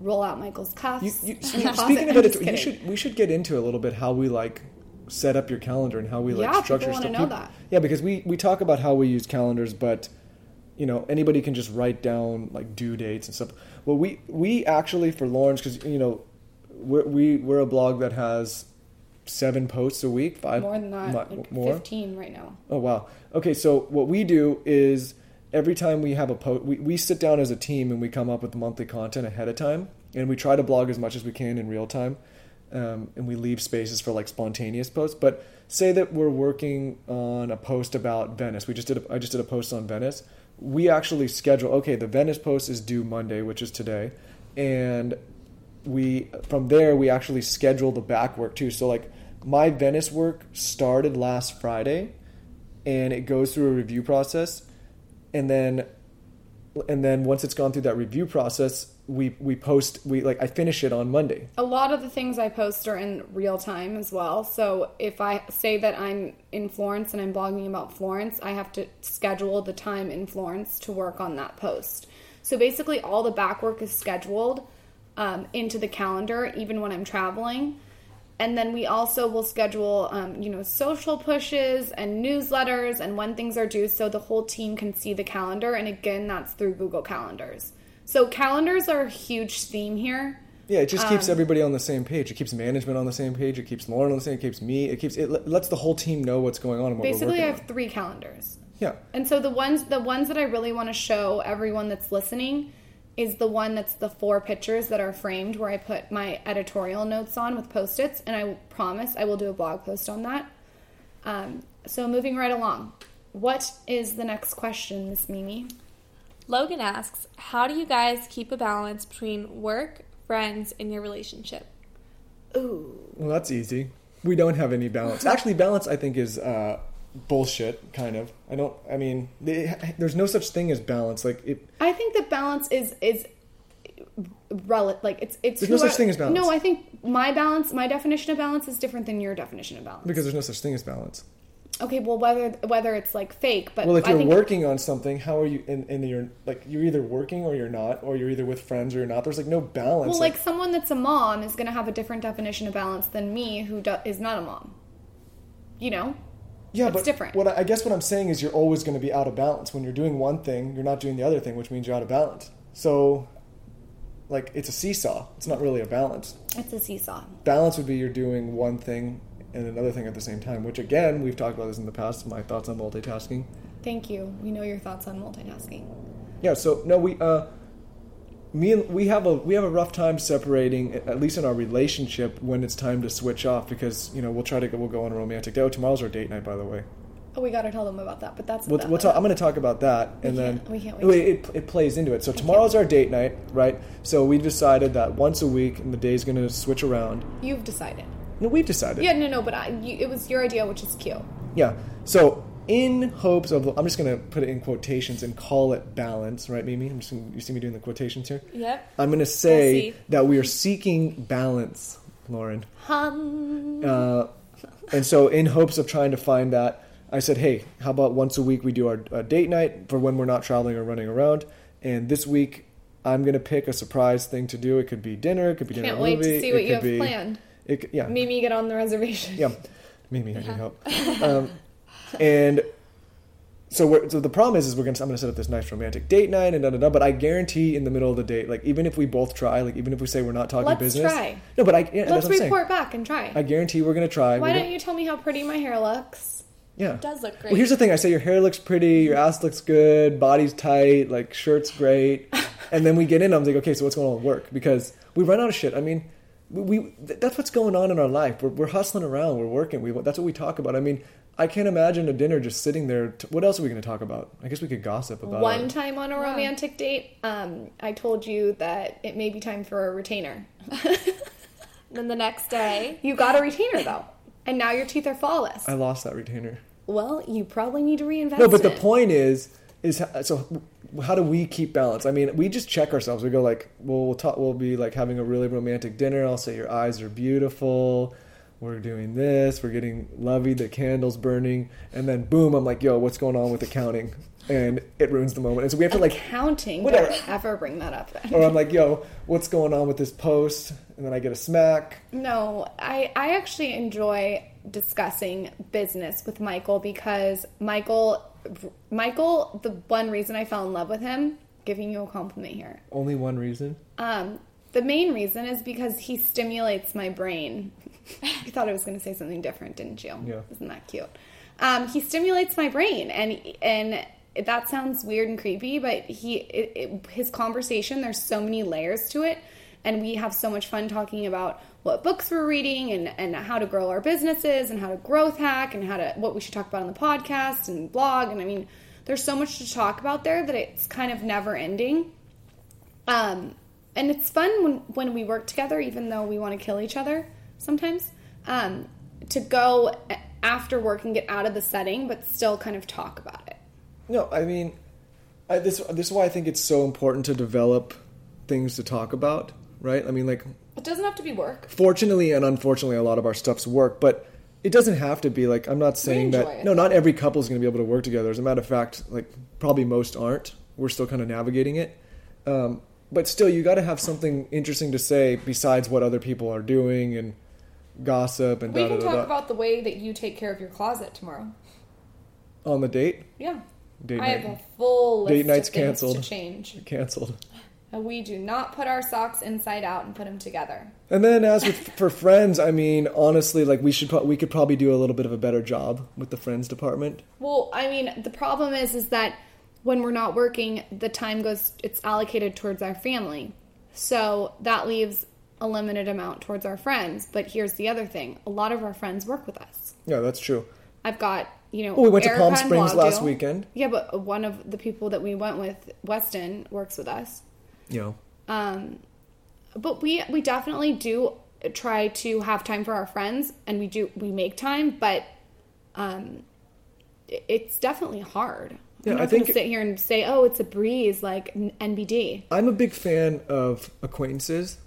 Speaker 1: roll out Michael's cuffs.
Speaker 3: You, you,
Speaker 1: in the
Speaker 3: speaking
Speaker 1: closet."
Speaker 3: of
Speaker 1: I'm just
Speaker 3: editor, you
Speaker 1: kidding.
Speaker 3: should, we should get into a little bit how we like set up your calendar and how we like
Speaker 1: Yeah, people
Speaker 3: structure
Speaker 1: wanna
Speaker 3: stuff.
Speaker 1: know
Speaker 3: Peop-
Speaker 1: that.
Speaker 3: Yeah, because we, we talk about how we use calendars, but you know anybody can just write down like due dates and stuff. Well, we we actually for Lawrence because you know we're, we we're a blog that has seven posts a week, five
Speaker 1: more than that,
Speaker 3: mu-
Speaker 1: like
Speaker 3: more.
Speaker 1: 15 right now.
Speaker 3: Oh wow. Okay, so what we do is every time we have a post, we, we sit down as a team and we come up with monthly content ahead of time, and we try to blog as much as we can in real time, um, and we leave spaces for like spontaneous posts. But say that we're working on a post about Venice. We just did. A, I just did a post on Venice. We actually schedule. Okay, the Venice post is due Monday, which is today, and we from there we actually schedule the back work too. So like my Venice work started last Friday and it goes through a review process and then and then once it's gone through that review process, we we post we like I finish it on Monday.
Speaker 1: a lot of the things I post are in real time as well. So if I say that I'm in Florence and I'm blogging about Florence, I have to schedule the time in Florence to work on that post. So basically, all the back work is scheduled um, into the calendar, even when I'm traveling. And then we also will schedule, um, you know, social pushes and newsletters and when things are due so the whole team can see the calendar. And again, that's through Google Calendars. So calendars are a huge theme here.
Speaker 3: Yeah, it just keeps everybody on the same page. It keeps management on the same page. It keeps Lauren on the same. It keeps me. It keeps it le- lets the whole team know what's going on and what
Speaker 1: basically
Speaker 3: we're
Speaker 1: i
Speaker 3: working
Speaker 1: have three calendars
Speaker 3: on. Yeah,
Speaker 1: and so the ones the ones that i really want to show everyone that's listening is the one that's the four pictures that are framed where i put my editorial notes on with post-its and i promise i will do a blog post on that um, so moving right along what is the next question miss mimi
Speaker 2: Logan asks, How do you guys keep a balance between work, friends, and your relationship?
Speaker 1: ooh
Speaker 3: well, that's easy. We don't have any balance. Actually, balance I think is uh, bullshit. Kind of. I don't. I mean, they, there's no such thing as balance. Like it.
Speaker 1: i think that balance is is rel- like it's it's
Speaker 3: There's no
Speaker 1: who
Speaker 3: such
Speaker 1: I-
Speaker 3: thing as balance.
Speaker 1: no i think my balance my definition of balance is different than your definition of balance
Speaker 3: Because there's no such thing as balance.
Speaker 1: Okay, well, whether whether it's like fake, but
Speaker 3: Well, if
Speaker 1: I
Speaker 3: you're
Speaker 1: think
Speaker 3: working on something, how are you? And, and you're like you're either working or you're not, or you're either with friends or you're not. There's like no balance.
Speaker 1: well, like someone that's a mom is going to have a different definition of balance than me, who do- is not a mom. You know,
Speaker 3: yeah,
Speaker 1: it's
Speaker 3: but
Speaker 1: different.
Speaker 3: What I, I guess what I'm saying is you're always going to be out of balance when you're doing one thing, you're not doing the other thing, which means you're out of balance. So, like it's a seesaw. It's not really a balance.
Speaker 1: it's a seesaw.
Speaker 3: Balance would be you're doing one thing and another thing at the same time. Which again, we've talked about this in the past. My thoughts on multitasking.
Speaker 1: Thank you. We know your thoughts on multitasking.
Speaker 3: Yeah. So no, we uh, me and we have a we have a rough time separating at least in our relationship when it's time to switch off because you know we'll try to go, we'll go on a romantic date. Oh, tomorrow's our date night, by the way.
Speaker 1: Oh, we got to tell them about that, but that's
Speaker 3: We'll,
Speaker 1: that-
Speaker 3: we'll talk, I'm going to talk about that,
Speaker 1: can't-
Speaker 3: and then
Speaker 1: we can't wait.
Speaker 3: Wait, it, it plays into it. So tomorrow's our date night, right? So we decided that once a week, and the day's going to switch around.
Speaker 1: You've decided.
Speaker 3: No, we've decided.
Speaker 1: Yeah, no, no, but I, you, it was your idea, which is cute.
Speaker 3: Yeah. So in hopes of, I'm just going to put it in quotations and call it balance, right, Mimi? I'm just gonna, you see me doing the quotations here.
Speaker 2: Yep.
Speaker 3: I'm going to say
Speaker 2: see.
Speaker 3: that we are seeking balance, Lauren.
Speaker 1: Hum.
Speaker 3: Uh, and so, in hopes of trying to find that, I said, "Hey, how about once a week we do our, our date night for when we're not traveling or running around?" And this week, I'm gonna pick a surprise thing to do. It could be dinner. It could be dinner
Speaker 1: Can't
Speaker 3: and
Speaker 1: wait
Speaker 3: movie.
Speaker 1: to see
Speaker 3: it
Speaker 1: what
Speaker 3: could
Speaker 1: you have
Speaker 3: be-
Speaker 1: planned.
Speaker 3: It, could- yeah,
Speaker 1: Mimi, get on the reservation.
Speaker 3: yeah, Mimi, I need help.
Speaker 1: Uh-huh.
Speaker 3: Um, and so, we're, so the problem is, is we're gonna I'm gonna set up this nice romantic date night and da da da. But I guarantee, in the middle of the date, like even if we both try, like even if we say we're not talking
Speaker 1: Let's
Speaker 3: business,
Speaker 1: try.
Speaker 3: no, but I yeah, that's
Speaker 1: Let's
Speaker 3: what I'm saying.
Speaker 1: report back and try.
Speaker 3: I guarantee we're gonna try.
Speaker 1: Why
Speaker 3: We're
Speaker 1: don't you tell me how pretty my hair looks?
Speaker 3: gonna- yeah.
Speaker 2: It does look great.
Speaker 3: Well, here's the thing. I say your hair looks pretty, your ass looks good, body's tight, like shirt's great, and then we get in. I'm like, okay, so what's going on with work? Because we run out of shit. I mean, we, we th- that's what's going on in our life. We're, we're hustling around. We're working. We that's what we talk about. I mean, I can't imagine a dinner just sitting there. T- what else are we going to talk about? I guess we could gossip about
Speaker 1: One time on a
Speaker 2: Wow.
Speaker 1: romantic date, um, I told you that it may be time for a retainer.
Speaker 2: then the next day,
Speaker 1: You got a retainer though, and now your teeth are flawless.
Speaker 3: I lost that retainer.
Speaker 1: well, you probably need to reinvest.
Speaker 3: Uh, No, but the
Speaker 1: it.
Speaker 3: point is, is how, so how do we keep balance? I mean, we just check ourselves. We go like, well, we'll talk. We'll be like having a really romantic dinner. I'll say your eyes are beautiful. We're doing this. We're getting lovey. The candles burning, and then boom, I'm like, yo, what's going on with accounting? And it ruins the moment. And so we have to like,
Speaker 1: accounting.
Speaker 3: Whatever.
Speaker 1: Don't ever bring that up.
Speaker 3: or I'm like, yo, what's going on with this post? And then I get a smack.
Speaker 1: No, I, I actually enjoy discussing business with Michael because Michael, Michael, the one reason I fell in love with him, giving you a compliment here.
Speaker 3: Only one reason.
Speaker 1: Um, the main reason is because he stimulates my brain. you thought I was going to say something different, didn't you?
Speaker 3: Yeah.
Speaker 1: Isn't that cute? Um, he stimulates my brain, and and that sounds weird and creepy, but he it, it, his conversation. There's so many layers to it, and we have so much fun talking about what books we're reading and and how to grow our businesses and how to growth hack and how to what we should talk about on the podcast and blog. And I mean, there's so much to talk about there that it's kind of never ending. Um, and it's fun when, when we work together, even though we want to kill each other sometimes, um, to go a- after work and get out of the setting, but still kind of talk about it.
Speaker 3: No, I mean, I, this this is why I think it's so important to develop things to talk about, right? I mean, like
Speaker 1: It doesn't have to be work.
Speaker 3: fortunately and unfortunately, a lot of our stuff's work, but it doesn't have to be like I'm not saying that.
Speaker 1: enjoy it.
Speaker 3: No, not every couple is going to be able to work together. As a matter of fact, like probably most aren't. We're still kind of navigating it, um, but still, you got to have something interesting to say besides what other people are doing and gossip and
Speaker 1: We
Speaker 3: da
Speaker 1: can
Speaker 3: da
Speaker 1: talk
Speaker 3: da da
Speaker 1: about the way that you take care of your closet tomorrow.
Speaker 3: on the date.
Speaker 1: Yeah.
Speaker 3: Date
Speaker 1: I have
Speaker 3: night
Speaker 1: a full list
Speaker 3: Date night's
Speaker 1: of things
Speaker 3: canceled.
Speaker 1: to change. Uh,
Speaker 3: canceled.
Speaker 1: We do not put our socks inside out and put them together.
Speaker 3: And then as with, for friends, I mean, honestly, like we should pro- we could probably do a little bit of a better job with the friends department.
Speaker 1: Well, I mean, the problem is is that when we're not working, the time goes it's allocated towards our family. So that leaves a limited amount towards our friends. But here's the other thing. A lot of our friends work with us.
Speaker 3: Yeah, that's true.
Speaker 1: I've got, you know,
Speaker 3: Well, Oh, we went to
Speaker 1: Erica
Speaker 3: Palm
Speaker 1: and
Speaker 3: Springs last
Speaker 1: Blogdale.
Speaker 3: weekend.
Speaker 1: Yeah, but one of the people that we went with, Weston, works with us.
Speaker 3: You know,
Speaker 1: Um, but we we definitely do try to have time for our friends, and we do we make time, but um, it- it's definitely hard.
Speaker 3: Yeah,
Speaker 1: I'm
Speaker 3: I
Speaker 1: not
Speaker 3: think-
Speaker 1: gonna sit here and say, "Oh, it's a breeze," like N- NBD.
Speaker 3: I'm a big fan of acquaintances.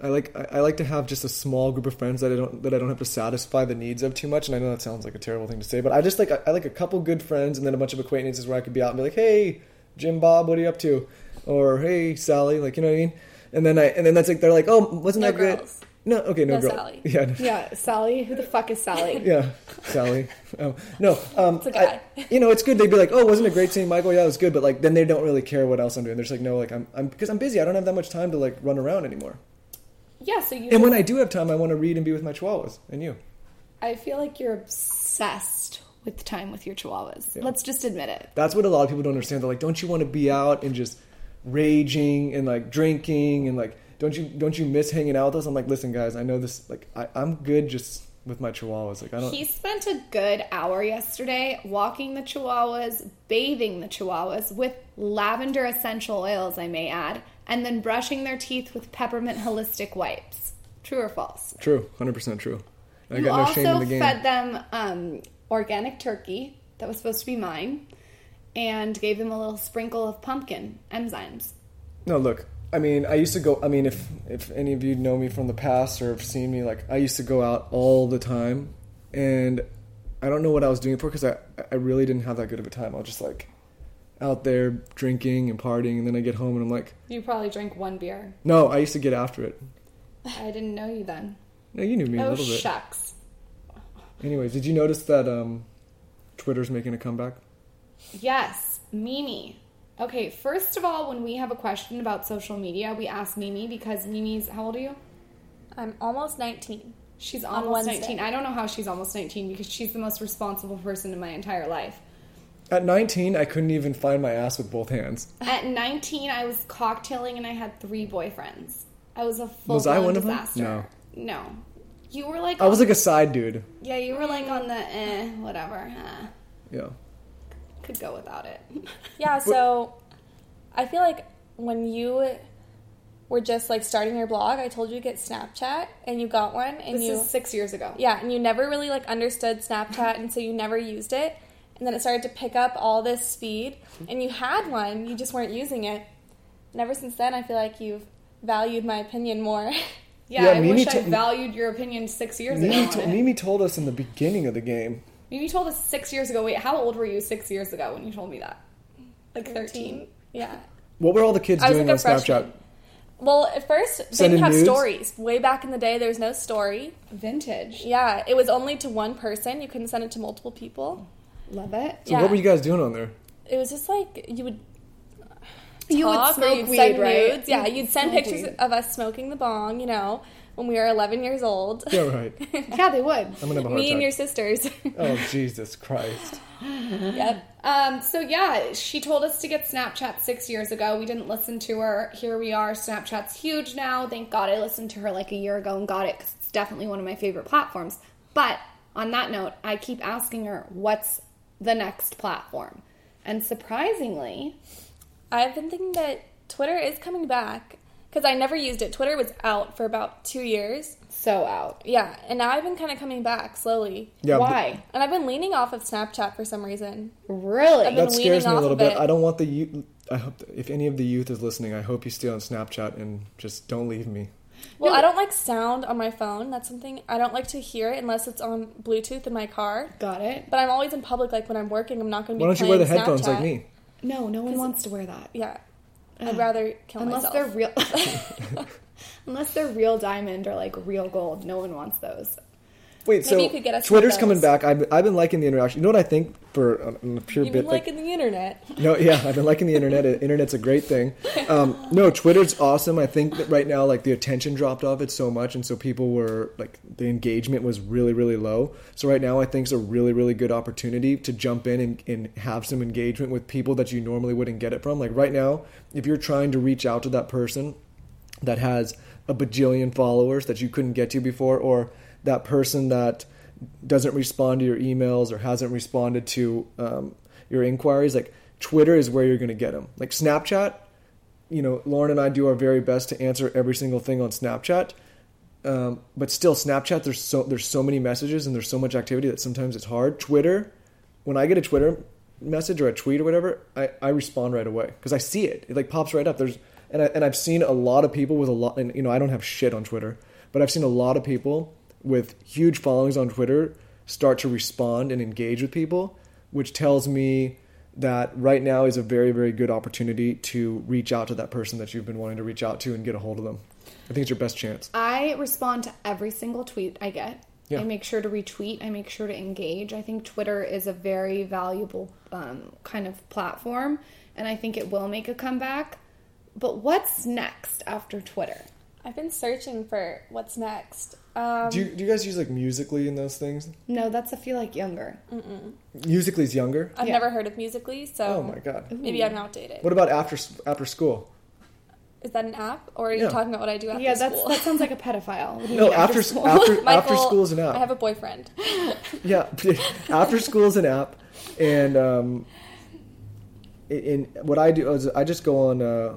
Speaker 3: I like I, I like to have just a small group of friends that I don't that I don't have to satisfy the needs of too much. And I know that sounds like a terrible thing to say, but I just like I, I like a couple good friends and then a bunch of acquaintances where I could be out and be like, "Hey, Jim Bob, what are you up to?" Or "Hey, Sally," like you know what I mean. And then I and then that's like they're like, "Oh, wasn't
Speaker 2: No
Speaker 3: that great?"
Speaker 2: girls.
Speaker 3: No, okay, no,
Speaker 2: No
Speaker 3: girl.
Speaker 2: Sally.
Speaker 3: Yeah, no-
Speaker 1: Yeah, Sally. Who the fuck is Sally?
Speaker 3: yeah, Sally. Um, no, um,
Speaker 2: a guy.
Speaker 3: I- you know, it's good. They'd be like, "Oh, wasn't it great seeing Michael? Yeah, it was good." But like, then they don't really care what else I'm doing. They're just like, "No, like I'm, I'm because I'm busy. I don't have that much time to like run around anymore.
Speaker 1: yeah. So you,
Speaker 3: And when I do have time, I want to read and be with my chihuahuas and you.
Speaker 1: I feel like you're obsessed with time with your chihuahuas.
Speaker 3: Yeah.
Speaker 1: Let's just admit it.
Speaker 3: That's what a lot of people don't understand. They're like, "Don't you want to be out and just raging and like drinking and like don't you don't you miss hanging out with us?" I'm like, "Listen, guys, I know this. Like, I, I'm good just with my chihuahuas. Like, I don't."
Speaker 1: He spent a good hour yesterday walking the chihuahuas, bathing the chihuahuas with lavender essential oils, I may add, and then brushing their teeth with peppermint holistic wipes. True or false?
Speaker 3: true, hundred percent true. I
Speaker 1: you
Speaker 3: got no
Speaker 1: also
Speaker 3: shame in the game.
Speaker 1: fed them um, organic turkey that was supposed to be mine and gave them a little sprinkle of pumpkin enzymes.
Speaker 3: No, look. I mean, I used to go. I mean, if if any of you know me from the past or have seen me, like I used to go out all the time, and I don't know what I was doing it for because I I really didn't have that good of a time. I was just like out there drinking and partying, and then I get home and I'm like,
Speaker 1: You probably drank one beer.
Speaker 3: no, I used to get after it.
Speaker 1: I didn't know you then.
Speaker 3: No, you knew me a
Speaker 1: oh,
Speaker 3: little bit.
Speaker 1: shucks.
Speaker 3: Anyways, did you notice that um, Twitter's making a comeback?
Speaker 1: Yes, Mimi. Okay, first of all, when we have a question about social media, we ask Mimi because Mimi's how old are you?
Speaker 2: I'm almost 19.
Speaker 1: She's
Speaker 2: On
Speaker 1: almost
Speaker 2: Wednesday.
Speaker 1: 19. I don't know how she's almost 19 because she's the most responsible person in my entire life.
Speaker 3: At 19, I couldn't even find my ass with both hands.
Speaker 1: At 19, I was cocktailing and I had three boyfriends. I was a full
Speaker 3: Was I one of them?
Speaker 1: disaster. No. No. You were like
Speaker 3: I was like a side dude.
Speaker 1: Yeah, you were like on the eh, whatever. Huh.
Speaker 3: Yeah.
Speaker 1: Could go without it.
Speaker 2: Yeah, so I feel like when you were just like starting your blog, I told you to get Snapchat and you got one and
Speaker 1: This
Speaker 2: you
Speaker 1: is 6 years ago.
Speaker 2: Yeah, and you never really like understood Snapchat and so you never used it. And then it started to pick up all this speed
Speaker 3: Mm-hmm.
Speaker 2: and you had one, you just weren't using it. And ever since then I feel like you've valued my opinion more.
Speaker 1: Yeah,
Speaker 3: Yeah,
Speaker 1: I
Speaker 3: Mimi
Speaker 1: wish I
Speaker 3: t-
Speaker 1: valued your opinion 6 years ago.
Speaker 3: Mimi,
Speaker 1: on
Speaker 3: to-
Speaker 1: it.
Speaker 3: Mimi told us in the beginning of the game
Speaker 1: You told us six years ago. Wait, how old were you six years ago when you told me that? Like 13.
Speaker 2: Yeah.
Speaker 3: What were all the kids
Speaker 2: I was
Speaker 3: doing
Speaker 2: like
Speaker 3: on
Speaker 2: a freshman.
Speaker 3: Snapchat?
Speaker 2: Well, at first they
Speaker 3: Sending
Speaker 2: didn't have
Speaker 3: nudes?
Speaker 2: stories. Way back in the day there was no story.
Speaker 1: Vintage.
Speaker 2: Yeah, it was only to one person. You couldn't send it to multiple people.
Speaker 1: Love it.
Speaker 3: So
Speaker 2: Yeah.
Speaker 3: what were you guys doing on there?
Speaker 2: It was just like you would
Speaker 1: You would
Speaker 2: talk or
Speaker 1: smoke
Speaker 2: you'd
Speaker 1: weed,
Speaker 2: send
Speaker 1: right?
Speaker 2: nudes. Yeah,
Speaker 1: You'd
Speaker 2: you'd send
Speaker 1: smoke
Speaker 2: pictures
Speaker 1: weed.
Speaker 2: of us smoking the bong, you know, when we were 11 years old.
Speaker 3: Yeah, right.
Speaker 1: Yeah, they would.
Speaker 3: I'm gonna have a hard
Speaker 2: Me
Speaker 3: time.
Speaker 2: and your sisters.
Speaker 3: Oh Jesus Christ!
Speaker 2: yep.
Speaker 1: Um, so yeah, she told us to get Snapchat six years ago. We didn't listen to her. Here we are. Snapchat's huge now. Thank God I listened to her like a year ago and got it because it's definitely one of my favorite platforms. But on that note, I keep asking her, what's the next platform? And surprisingly,
Speaker 2: I've been thinking that Twitter is coming back because I never used it. Twitter was out for about two years.
Speaker 1: So out.
Speaker 2: Yeah, and now I've been kind of coming back slowly.
Speaker 3: Yeah, but
Speaker 1: Why?
Speaker 2: And I've been leaning off of Snapchat for some reason.
Speaker 1: Really?
Speaker 2: been
Speaker 3: that scares
Speaker 2: weaning
Speaker 3: me a
Speaker 2: off
Speaker 3: little
Speaker 2: of
Speaker 3: bit.
Speaker 2: it.
Speaker 3: I don't want the youth. I hope if any of the youth is listening, I hope you stay on Snapchat and just don't leave me.
Speaker 2: Well,
Speaker 1: No.
Speaker 2: I don't like sound on my phone. That's something I don't like to hear it unless it's on Bluetooth in my car.
Speaker 1: Got it.
Speaker 2: But I'm always in public, like when I'm working, I'm not going to be.
Speaker 3: Why don't you wear
Speaker 2: playing
Speaker 3: the headphones
Speaker 2: Snapchat.
Speaker 3: like me?
Speaker 1: No, no one wants to wear that.
Speaker 2: Yeah, I'd rather kill
Speaker 1: Unless
Speaker 2: myself.
Speaker 1: they're real. Unless they're real diamond or like real gold. No one wants those.
Speaker 3: Wait, so
Speaker 2: you could get us some
Speaker 3: Twitter's
Speaker 2: of
Speaker 3: coming
Speaker 2: those.
Speaker 3: back. I've, I've been liking the interaction. You know what I think for on, on a pure
Speaker 2: You've
Speaker 3: bit.
Speaker 2: been liking the internet.
Speaker 3: No, yeah, I've been liking the internet. Internet's a great thing. Um, no, Twitter's awesome. I think that right now, like the attention dropped off it so much, and so people were like the engagement was really, really low. So right now, I think it's a really, really good opportunity to jump in and, and have some engagement with people that you normally wouldn't get it from. Like right now, if you're trying to reach out to that person that has a bajillion followers that you couldn't get to before, or that person that doesn't respond to your emails or hasn't responded to um, your inquiries, like Twitter is where you're going to get them. Like Snapchat, you know, Lauren and I do our very best to answer every single thing on Snapchat. Um, but still, Snapchat, there's so there's so many messages and there's so much activity that sometimes it's hard. Twitter, when I get a Twitter message or a tweet or whatever, I, I respond right away because I see it. It like pops right up. There's and I, and I've seen a lot of people with a lot. And you know, I don't have shit on Twitter, but I've seen a lot of people with huge followings on Twitter start to respond and engage with people, which tells me that right now is a very very good opportunity to reach out to that person that you've been wanting to reach out to and get a hold of them. I think it's your best chance.
Speaker 1: I respond to every single tweet I get.
Speaker 3: Yeah.
Speaker 1: I make sure to retweet. I make sure to engage. I think Twitter is a very valuable um, kind of platform, and I think it will make a comeback. But what's next after Twitter?
Speaker 2: I've been searching for what's next. Um,
Speaker 3: Do you, do you guys use like musically in those things?
Speaker 1: No, that's I feel like younger.
Speaker 3: Musically's younger.
Speaker 2: I've
Speaker 1: yeah.
Speaker 2: never heard of Musically, so
Speaker 3: Oh my god.
Speaker 2: maybe I'm outdated.
Speaker 3: What about after after school?
Speaker 2: Is that an app, or are you
Speaker 3: Yeah.
Speaker 2: talking about what I do after
Speaker 1: Yeah, that's,
Speaker 2: school?
Speaker 1: that sounds like a pedophile. What do you
Speaker 3: No,
Speaker 1: mean
Speaker 3: after s- after after
Speaker 2: Michael,
Speaker 3: school is an
Speaker 2: I have
Speaker 3: app.
Speaker 2: a boyfriend.
Speaker 3: Yeah, after school is an app, and um, in what I do is I just go on. Uh,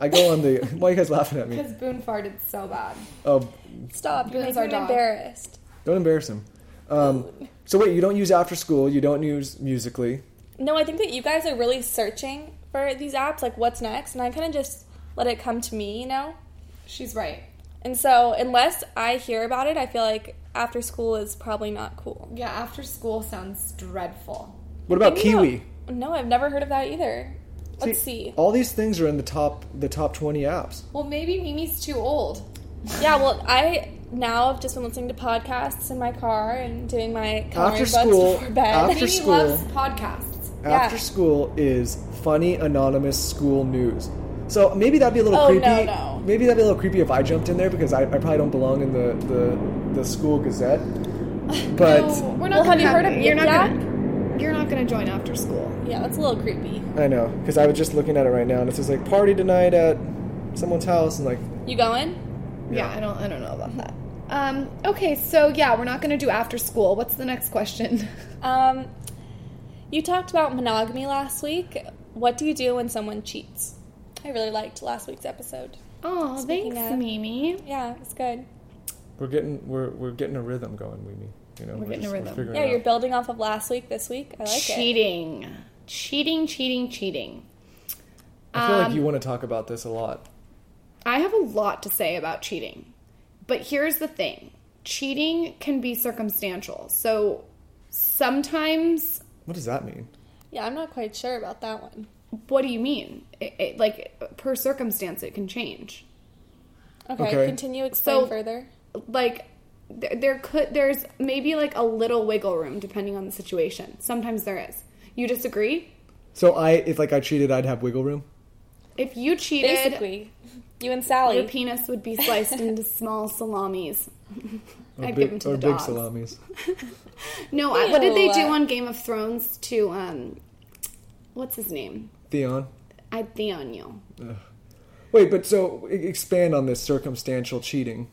Speaker 3: I go on the. Why are you guys laughing at me?
Speaker 1: Because Boone farted so bad.
Speaker 3: Oh,
Speaker 2: Stop! You're
Speaker 1: Boone's
Speaker 2: making
Speaker 1: our
Speaker 2: me
Speaker 1: dog.
Speaker 2: embarrassed.
Speaker 3: don't embarrass him. Um, so wait, you don't use after school. You don't use musically.
Speaker 2: No, I think that you guys are really searching for these apps, like what's next, and I kind of just let it come to me, you know.
Speaker 1: She's right.
Speaker 2: And so, unless I hear about it, I feel like after school is probably not cool.
Speaker 1: Yeah, after school sounds dreadful.
Speaker 3: What about
Speaker 2: Maybe
Speaker 3: Kiwi? oh.
Speaker 2: No, no, I've never heard of that either. Let's see.
Speaker 3: All these things are in the top the top twenty apps.
Speaker 1: Well, maybe Mimi's too old.
Speaker 2: Yeah, well, I now have just been listening to podcasts in my car and doing my coloring
Speaker 3: After
Speaker 2: books
Speaker 3: school-
Speaker 2: before bed.
Speaker 3: after-
Speaker 1: Mimi
Speaker 3: school.
Speaker 1: loves podcasts.
Speaker 3: after
Speaker 2: Yeah.
Speaker 3: school is funny anonymous school news. So maybe that'd be a little
Speaker 2: Oh, no,
Speaker 3: creepy.
Speaker 2: no.
Speaker 3: Maybe that'd be a little creepy if I jumped in there because I, I probably don't belong in the, the, the school gazette. But
Speaker 1: no, we're
Speaker 2: Well,
Speaker 1: not.
Speaker 2: have
Speaker 1: gonna-
Speaker 2: you heard of
Speaker 1: You're not
Speaker 2: Yip Yak?
Speaker 1: gonna. You're not gonna join after school.
Speaker 2: yeah, that's a little creepy.
Speaker 3: I know because I was just looking at it right now and it says like party tonight at someone's house and like
Speaker 2: You going?
Speaker 1: Yeah, I don't. I don't know about that. Um, okay, so yeah, we're not gonna do after school. What's the next question?
Speaker 2: Um, you talked about monogamy last week. What do you do when someone cheats? I really liked last week's episode.
Speaker 1: Oh,
Speaker 2: Speaking
Speaker 1: thanks,
Speaker 2: of-
Speaker 1: Mimi.
Speaker 2: Yeah, it's good.
Speaker 3: we're getting we're we're getting a rhythm going, Mimi. You know, we're,
Speaker 1: getting a rhythm.
Speaker 3: figuring
Speaker 2: Yeah,
Speaker 3: it
Speaker 2: you're
Speaker 3: out.
Speaker 2: building off of last week this week. I like it.
Speaker 1: cheating, cheating, cheating, cheating.
Speaker 3: I feel
Speaker 1: um,
Speaker 3: like you want to talk about this a lot.
Speaker 1: I have a lot to say about cheating. But here's the thing cheating can be circumstantial. So sometimes,
Speaker 3: What does that mean?
Speaker 2: Yeah, I'm not quite sure about that one.
Speaker 1: what do you mean? It, it, like, per circumstance, it can change.
Speaker 2: Okay,
Speaker 3: Okay.
Speaker 2: continue explain
Speaker 1: So-
Speaker 2: further.
Speaker 1: Like, there, there could, there's maybe like a little wiggle room depending on the situation. Sometimes there is. You disagree?
Speaker 3: So I if like I cheated, I'd have wiggle room.
Speaker 1: If you cheated,
Speaker 2: Basically, you
Speaker 1: your
Speaker 2: and Sally.
Speaker 1: penis would be sliced into small salamis.
Speaker 3: Or
Speaker 1: I'd
Speaker 3: big,
Speaker 1: give them to
Speaker 3: or
Speaker 1: the
Speaker 3: big
Speaker 1: dogs.
Speaker 3: salamis.
Speaker 1: No, I, what did they do
Speaker 2: Ew.
Speaker 1: on Game of Thrones to um, what's his name?
Speaker 3: Theon.
Speaker 1: I Theon you.
Speaker 3: Wait, but so e- expand on this circumstantial cheating.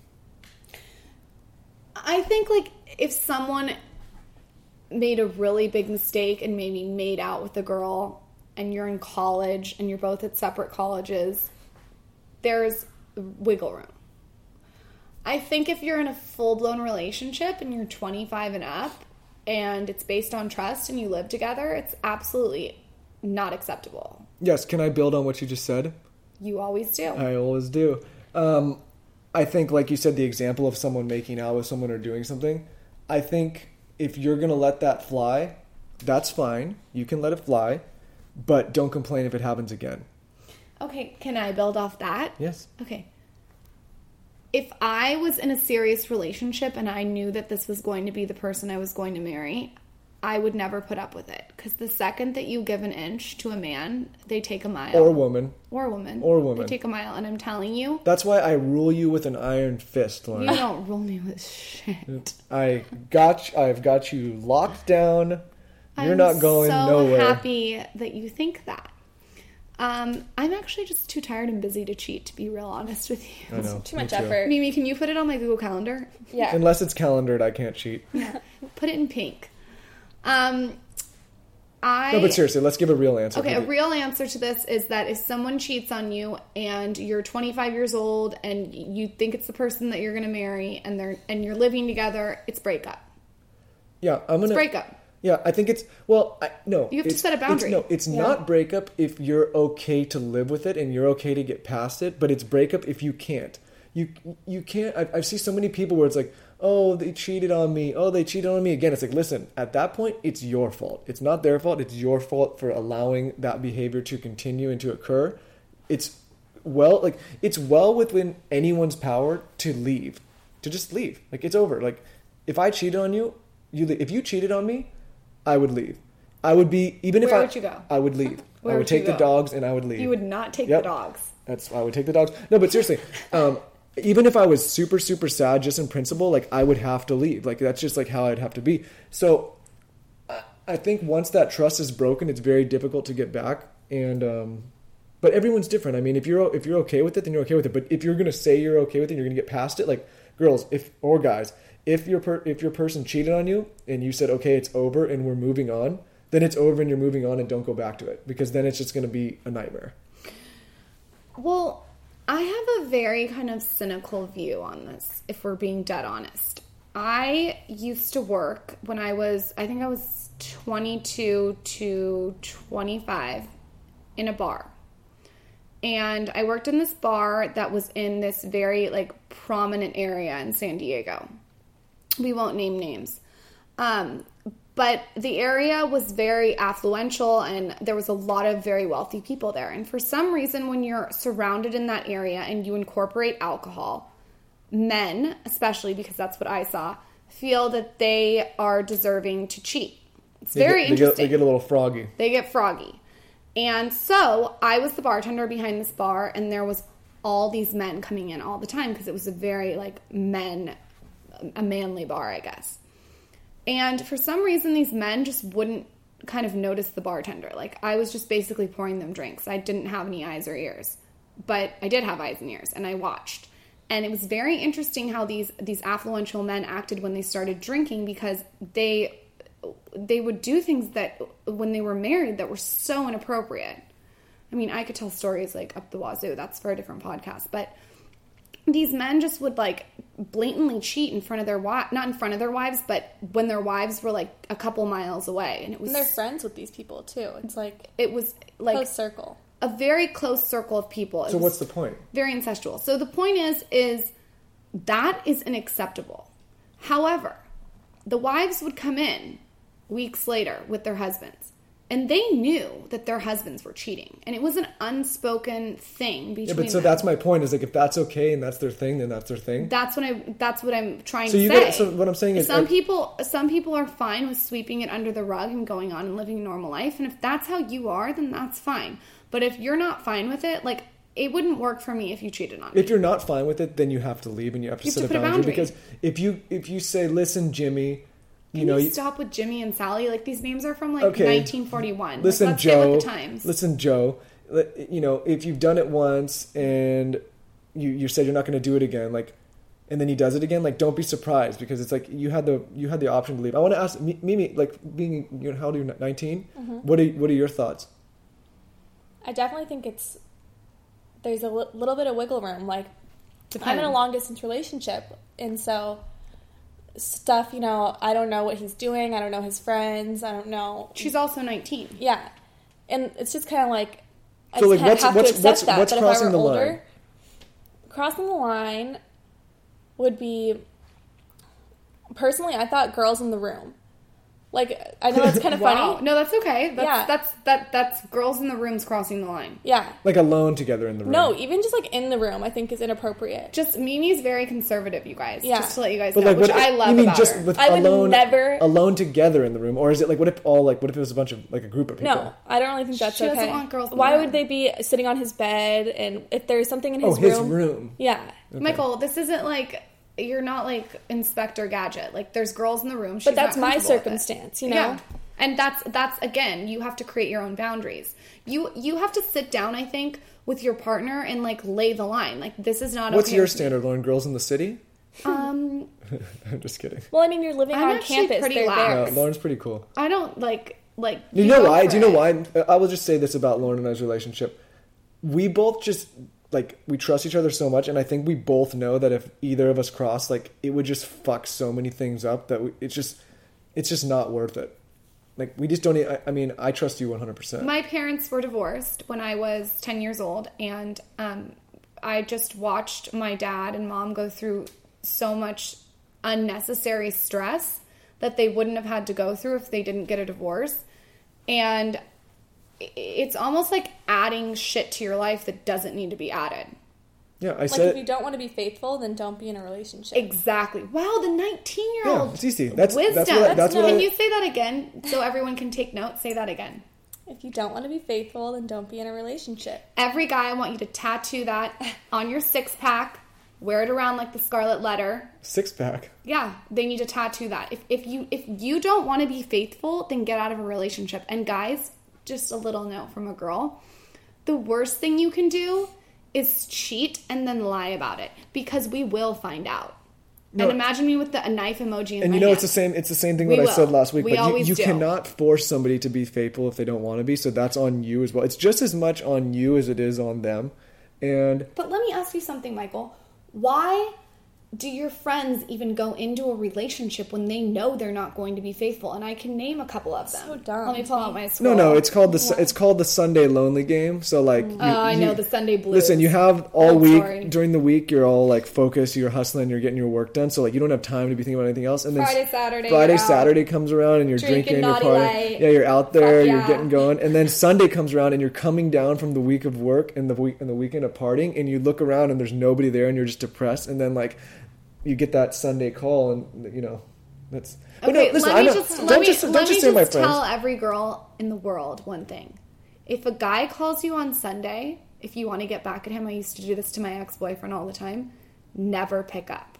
Speaker 1: I think like if someone made a really big mistake and maybe made out with a girl, and you're in college and you're both at separate colleges, there's wiggle room. I think if you're in a full blown relationship and you're 25 and up and it's based on trust and you live together, it's absolutely not acceptable.
Speaker 3: Yes, can I build on what you just said?
Speaker 1: You always do.
Speaker 3: I always do. Um, I think, like you said, the example of someone making out with someone or doing something, I think if you're going to let that fly, that's fine. You can let it fly, but don't complain if it happens again.
Speaker 1: Okay, can I build off that?
Speaker 3: Yes.
Speaker 1: Okay. If I was in a serious relationship and I knew that this was going to be the person I was going to marry, I would never put up with it. Because the second that you give an inch to a man, they take a mile.
Speaker 3: Or woman.
Speaker 1: Or a woman.
Speaker 3: or a woman.
Speaker 1: They take a mile. And I'm telling you,
Speaker 3: That's why I rule you with an iron fist,
Speaker 1: you
Speaker 3: Lauren.
Speaker 1: don't rule me with shit.
Speaker 3: I got you, I've got you locked down. You're
Speaker 1: I'm
Speaker 3: not going
Speaker 1: so
Speaker 3: nowhere.
Speaker 1: happy that you think that. Um, I'm actually just too tired and busy to cheat, to be real honest with you.
Speaker 3: I know,
Speaker 2: Too
Speaker 3: me
Speaker 2: much
Speaker 3: too.
Speaker 2: effort.
Speaker 1: Mimi, can you put it on my Google Calendar?
Speaker 2: Yeah.
Speaker 3: Unless it's calendared, I can't cheat.
Speaker 1: Yeah. Put it in pink. Um, I.
Speaker 3: No, but seriously, let's give a real answer.
Speaker 1: Okay, a
Speaker 3: for the-
Speaker 1: real answer to this is that if someone cheats on you and you're 25 years old and you think it's the person that you're going to marry and they're and you're living together, it's breakup.
Speaker 3: yeah, I'm gonna
Speaker 1: It's breakup.
Speaker 3: Yeah, I think it's well. I, no,
Speaker 1: You have to
Speaker 3: it's-
Speaker 1: set a
Speaker 3: it's-
Speaker 1: boundary.
Speaker 3: no, it's
Speaker 2: Yeah.
Speaker 3: not breakup if you're okay to live with it and you're okay to get past it. But it's breakup if you can't. You you can't. I've, I've seen so many people where it's like, oh, they cheated on me. Oh, they cheated on me again. It's like, listen, at that point, it's your fault. It's not their fault. It's your fault for allowing that behavior to continue and to occur. It's well, like it's well within anyone's power to leave, to just leave. Like it's over. Like if I cheated on you, you le- if you cheated on me, I would leave. I would be even if
Speaker 1: Where
Speaker 3: I
Speaker 1: would you go?
Speaker 3: I would leave.
Speaker 1: Where
Speaker 3: I would
Speaker 1: would you
Speaker 3: take the
Speaker 1: go?
Speaker 3: dogs and I would leave.
Speaker 1: You would not take
Speaker 3: Yep.
Speaker 1: the dogs.
Speaker 3: That's I would take the dogs. No, but seriously, um, even if I was super super sad, just in principle, like I would have to leave. Like that's just like how I'd have to be. So I, I think once that trust is broken, it's very difficult to get back. And um, but everyone's different. I mean, if you're o- if you're okay with it, then you're okay with it. But if you're gonna say you're okay with it, and you're gonna get past it. Like girls, if or guys, if your per, if your person cheated on you and you said okay, it's over and we're moving on, then it's over and you're moving on and don't go back to it because then it's just gonna be a nightmare.
Speaker 1: Well, I have a very kind of cynical view on this, if we're being dead honest. I used to work when I was, I think I was 22 to 25 in a bar. And I worked in this bar that was in this very like prominent area in San Diego. We won't name names. Um, but the area was very affluential and there was a lot of very wealthy people there. And for some reason, when you're surrounded in that area and you incorporate alcohol, men, especially because that's what I saw, feel that they are deserving to cheat. It's
Speaker 3: They
Speaker 1: very
Speaker 3: get- they get-
Speaker 1: interesting.
Speaker 3: They get, a little froggy.
Speaker 1: They get froggy. And so I was the bartender behind this bar, and there was all these men coming in all the time because it was a very like men, a manly bar, I guess. And for some reason, these men just wouldn't kind of notice the bartender. Like I was just basically pouring them drinks. I didn't have any eyes or ears, but I did have eyes and ears, and I watched. And it was very interesting how these these affluential men acted when they started drinking because they they would do things that when they were married that were so inappropriate. I mean, I could tell stories like up the wazoo. That's for a different podcast, but these men just would like blatantly cheat in front of their wives, not in front of their wives, but when their wives were like a couple miles away, and it was
Speaker 2: And they're friends with these people too. It's like
Speaker 1: it was like
Speaker 2: close circle.
Speaker 1: a very close circle of people. It
Speaker 3: So
Speaker 1: was
Speaker 3: what's the point?
Speaker 1: very incestual. So the point is, is that is unacceptable. However, the wives would come in weeks later with their husbands, and they knew that their husbands were cheating, and it was an unspoken thing between.
Speaker 3: Yeah, but so
Speaker 1: them.
Speaker 3: that's my point. Is like if that's okay and that's their thing, then that's their thing.
Speaker 1: That's what I. That's what I'm trying
Speaker 3: So
Speaker 1: to
Speaker 3: you
Speaker 1: say.
Speaker 3: gotta- so what I'm saying is,
Speaker 1: some
Speaker 3: uh,
Speaker 1: people, some people are fine with sweeping it under the rug and going on and living a normal life. And if that's how you are, then that's fine. But if you're not fine with it, like it wouldn't work for me if you cheated on me.
Speaker 3: if you're not fine with it, then you have to leave and you have to
Speaker 1: You have
Speaker 3: set
Speaker 1: to
Speaker 3: a
Speaker 1: put a boundary.
Speaker 3: boundary, because if you if you say, listen, Jimmy, you
Speaker 1: Can
Speaker 3: know,
Speaker 1: you
Speaker 3: you-
Speaker 1: stop with Jimmy and Sally? Like these names are from like
Speaker 3: Okay.
Speaker 1: 1941. Like,
Speaker 3: listen,
Speaker 1: let's get
Speaker 3: Joe,
Speaker 1: with the times.
Speaker 3: listen, Joe, li- you know, if you've done it once and you you said you're not going to do it again, like, and then he does it again, like, don't be surprised because it's like you had the you had the option to leave. I want to ask Mi- Mimi, like, being you know, how old are you? 19
Speaker 1: Mm-hmm.
Speaker 3: What are what are your thoughts?
Speaker 2: I definitely think it's there's a li- little bit of wiggle room. Like I'm in
Speaker 1: Depends.
Speaker 2: a long distance relationship, and so stuff. You know, I don't know what he's doing. I don't know his friends. I don't know.
Speaker 1: She's also 19.
Speaker 2: Yeah, and it's just kind of like I
Speaker 3: So,
Speaker 2: just
Speaker 3: like,
Speaker 2: kinda
Speaker 3: what's-
Speaker 2: have
Speaker 3: what's-
Speaker 2: to accept
Speaker 3: what's-
Speaker 2: that.
Speaker 3: what's
Speaker 2: but
Speaker 3: crossing
Speaker 2: if I
Speaker 3: the
Speaker 2: were older,
Speaker 3: line?
Speaker 2: Crossing the line would be personally. I thought girls in the room. Like I know it's kind of
Speaker 1: Wow.
Speaker 2: funny.
Speaker 1: No, that's okay. That's,
Speaker 2: Yeah.
Speaker 1: that's that that's girls in the rooms crossing the line.
Speaker 2: Yeah.
Speaker 3: Like alone together in the room.
Speaker 2: No, even just like in the room, I think is inappropriate.
Speaker 1: Just Mimi's very conservative, you guys.
Speaker 2: Yeah.
Speaker 1: Just to let you guys
Speaker 3: But
Speaker 1: know,
Speaker 3: like,
Speaker 1: which
Speaker 3: what
Speaker 1: I love
Speaker 3: you mean
Speaker 1: about
Speaker 3: just
Speaker 1: her.
Speaker 3: with
Speaker 2: I would
Speaker 3: alone,
Speaker 2: never-
Speaker 3: alone together in the room, or is it like what if all like what if it was a bunch of like a group of people?
Speaker 2: No, I don't really think that's
Speaker 1: She
Speaker 2: okay.
Speaker 1: doesn't want girls in the
Speaker 2: Why
Speaker 1: room.
Speaker 2: would they be sitting on his bed? And if there's something in
Speaker 3: oh,
Speaker 2: his
Speaker 3: his
Speaker 2: room,
Speaker 3: room.
Speaker 2: yeah.
Speaker 1: Michael, this isn't like you're not like Inspector Gadget. Like there's girls in the room. She's
Speaker 2: But that's
Speaker 1: not
Speaker 2: my
Speaker 1: comfortable with it.
Speaker 2: circumstance, you know.
Speaker 1: Yeah. And that's that's again, you have to create your own boundaries. You you have to sit down, I think, with your partner and like lay the line. Like this is not
Speaker 3: What's
Speaker 1: okay
Speaker 3: your
Speaker 1: with me.
Speaker 3: standard, Lauren? Girls in the city?
Speaker 1: Um
Speaker 3: I'm just kidding.
Speaker 2: Well, I mean, you're living
Speaker 1: I'm
Speaker 2: on
Speaker 1: actually
Speaker 2: campus.
Speaker 1: pretty
Speaker 2: They're
Speaker 1: lax.
Speaker 3: No,
Speaker 2: there.
Speaker 3: Lauren's pretty cool.
Speaker 1: I don't like like
Speaker 3: You know
Speaker 1: go
Speaker 3: why?
Speaker 1: for
Speaker 3: Do you know
Speaker 1: it.
Speaker 3: why? Uh, I will just say this about Lauren and I's relationship. We both just like we trust each other so much, and I think we both know that if either of us cross, like it would just fuck so many things up that we, it's just it's just not worth it. Like we just don't. e- I, I mean, I trust you 100. percent
Speaker 1: My parents were divorced when I was 10 years old, and um, I just watched my dad and mom go through so much unnecessary stress that they wouldn't have had to go through if they didn't get a divorce. And i- it's almost like adding shit to your life that doesn't need to be added.
Speaker 3: Yeah, I
Speaker 2: Like,
Speaker 3: said.
Speaker 2: if you don't want to be faithful, then don't be in a relationship.
Speaker 1: Exactly. Wow, the 19 year
Speaker 3: Yeah,
Speaker 1: old.
Speaker 3: it's easy. That's
Speaker 1: Wisdom.
Speaker 3: that's what I, that's what
Speaker 1: can
Speaker 3: I,
Speaker 1: you say that again so everyone can take note? Say that again.
Speaker 2: If you don't want to be faithful, then don't be in a relationship.
Speaker 1: Every guy, I want you to tattoo that on your six pack, wear it around like the scarlet letter.
Speaker 3: six pack.
Speaker 1: Yeah, they need to tattoo that. If, if you if you don't want to be faithful, then get out of a relationship. And guys, just a little note from a girl: the worst thing you can do is cheat and then lie about it because we will find out.
Speaker 3: No.
Speaker 1: and imagine me with the a knife emoji. In
Speaker 3: And
Speaker 1: my
Speaker 3: you know
Speaker 1: hand.
Speaker 3: it's the same. It's the same thing
Speaker 1: We
Speaker 3: what I
Speaker 1: will.
Speaker 3: said last week.
Speaker 1: We
Speaker 3: but you,
Speaker 1: always
Speaker 3: you
Speaker 1: do.
Speaker 3: cannot force somebody to be faithful if they don't want to be. So that's on you as well. It's just as much on you as it is on them. And
Speaker 1: But let me ask you something, Michael. Why do your friends even go into a relationship when they know they're not going to be faithful? And I can name a couple of them.
Speaker 2: So dumb.
Speaker 1: Let me pull out my
Speaker 3: no,
Speaker 1: scroll.
Speaker 3: no, it's called the Su- it's called the Sunday lonely game. So like, you,
Speaker 1: Oh, I
Speaker 3: you-
Speaker 1: know the Sunday blues.
Speaker 3: Listen, you have all
Speaker 1: I'm
Speaker 3: week
Speaker 1: sorry.
Speaker 3: during the week. You're all like focused. You're hustling. You're getting your work done. So like, you don't have time to be thinking about anything else. And then
Speaker 1: Friday, Saturday,
Speaker 3: Friday,
Speaker 1: you're out.
Speaker 3: Saturday comes around, and you're drinking.
Speaker 1: Drinking,
Speaker 3: you're
Speaker 1: naughty
Speaker 3: partying.
Speaker 1: light.
Speaker 3: Yeah, you're out there.
Speaker 1: Fuck
Speaker 3: You're
Speaker 1: yeah.
Speaker 3: getting going. And then Sunday comes around, and you're coming down from the week of work and the week and the weekend of partying. And you look around, and there's nobody there, and you're just depressed. And then like, you get that Sunday call, and you know, that's. but
Speaker 1: Okay,
Speaker 3: no, listen,
Speaker 1: let
Speaker 3: I
Speaker 1: me
Speaker 3: know-
Speaker 1: just
Speaker 3: don't
Speaker 1: let me
Speaker 3: just
Speaker 1: let
Speaker 3: don't
Speaker 1: me
Speaker 3: just say my
Speaker 1: just
Speaker 3: friends.
Speaker 1: tell every girl in the world one thing. If a guy calls you on Sunday, if you want to get back at him, I used to do this to my ex-boyfriend all the time. Never pick up.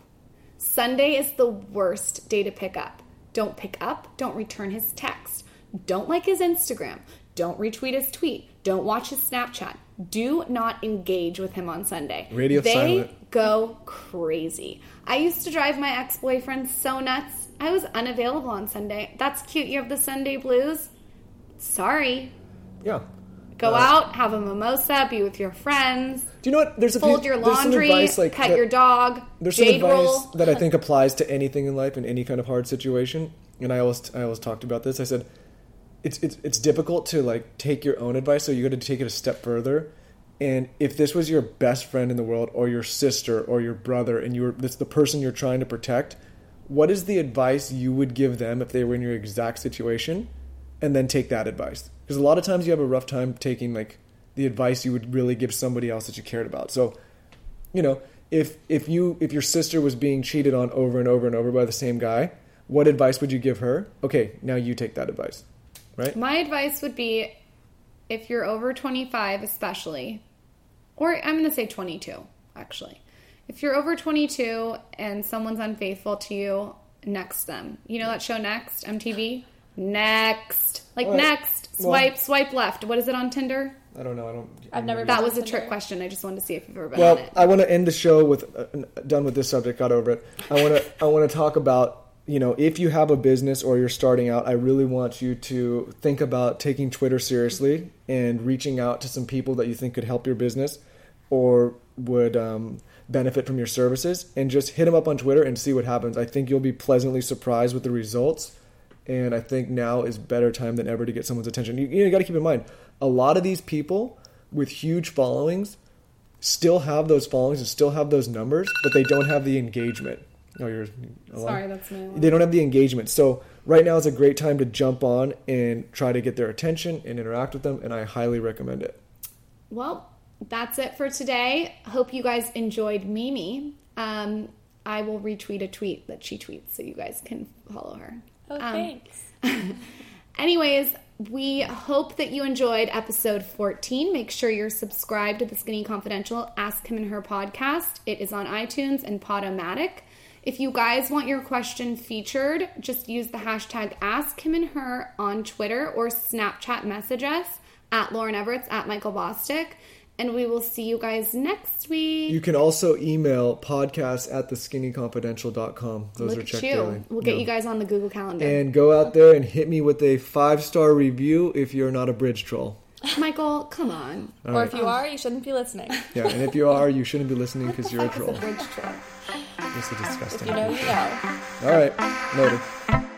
Speaker 1: Sunday is the worst day to pick up. Don't pick up. Don't return his text. Don't like his Instagram. Don't retweet his tweet. Don't watch his Snapchat. Do not engage with him on Sunday.
Speaker 3: Radio
Speaker 1: they
Speaker 3: silent.
Speaker 1: go crazy. I used to drive my ex boyfriend so nuts. I was unavailable on Sunday. That's cute. You have the Sunday blues. Sorry.
Speaker 3: Yeah.
Speaker 1: Go out, have a mimosa, be with your friends,
Speaker 3: Do you know what? There's a
Speaker 1: fold
Speaker 3: few-
Speaker 1: your
Speaker 3: there's some
Speaker 1: laundry,
Speaker 3: advice, like,
Speaker 1: pet
Speaker 3: that-
Speaker 1: your dog,
Speaker 3: There's some
Speaker 1: jade
Speaker 3: advice
Speaker 1: roll.
Speaker 3: that I think applies to anything in life in any kind of hard situation. And I always I always talked about this. I said it's it's it's difficult to like take your own advice, so you got to take it a step further. And if this was your best friend in the world, or your sister, or your brother, and you were this the person you're trying to protect, what is the advice you would give them if they were in your exact situation? And then take that advice because a lot of times you have a rough time taking like the advice you would really give somebody else that you cared about. So you know if if you if your sister was being cheated on over and over and over by the same guy what advice would you give her okay now you take that advice right
Speaker 1: My advice would be if you're over 25, especially, or I'm going to say 22, actually. If you're over 22 and someone's unfaithful to you, next them. You know that show Next, MTV? Next. Like
Speaker 3: Well,
Speaker 1: next.
Speaker 3: well-
Speaker 1: Swipe, swipe left. What is it on Tinder?
Speaker 3: i don't know i don't
Speaker 2: I've never
Speaker 1: That
Speaker 2: been
Speaker 1: was a
Speaker 2: on Tinder.
Speaker 1: trick question. I just wanted to see if you've ever been on
Speaker 3: well
Speaker 1: it.
Speaker 3: i want to end the show with uh, done with this subject got over it i want to i want to talk about you know if you have a business or you're starting out i really want you to think about taking twitter seriously and reaching out to some people that you think could help your business or would um, benefit from your services and just hit them up on Twitter and see what happens. I think you'll be pleasantly surprised with the results. And I think now is better time than ever to get someone's attention. You, you got to keep in mind, a lot of these people with huge followings still have those followings and still have those numbers, but they don't have the engagement. Oh, you're alarm.
Speaker 1: Sorry, that's my alarm.
Speaker 3: They don't have the engagement. So right now is a great time to jump on and try to get their attention and interact with them. And I highly recommend it.
Speaker 1: Well, that's it for today. Hope you guys enjoyed Mimi. Um, I will retweet a tweet that she tweets so you guys can follow her.
Speaker 2: Oh,
Speaker 1: Um,
Speaker 2: thanks.
Speaker 1: Anyways, we hope that you enjoyed episode 14. Make sure you're subscribed to the Skinny Confidential Ask Him and Her podcast. It is on iTunes and Podomatic. If you guys want your question featured, just use the hashtag Ask Him and Her on Twitter or Snapchat message us at Lauren Everett's at Michael Bostick. And we will see you guys next week.
Speaker 3: You can also email podcasts at theskinnyconfidential.com. Those
Speaker 1: Look
Speaker 3: are
Speaker 1: at
Speaker 3: checked
Speaker 1: you.
Speaker 3: daily.
Speaker 1: We'll get
Speaker 3: Yeah.
Speaker 1: you guys on the Google Calendar.
Speaker 3: And go out there and hit me with a five star review if you're not a bridge troll.
Speaker 1: Michael, come on.
Speaker 3: All
Speaker 2: or
Speaker 3: right.
Speaker 2: if you are, you shouldn't be listening.
Speaker 3: Yeah, and if you are, you shouldn't be listening because you're a
Speaker 1: Fuck is
Speaker 3: troll.
Speaker 1: a bridge troll.
Speaker 3: This is disgusting.
Speaker 2: You know, you know.
Speaker 3: All right, noted.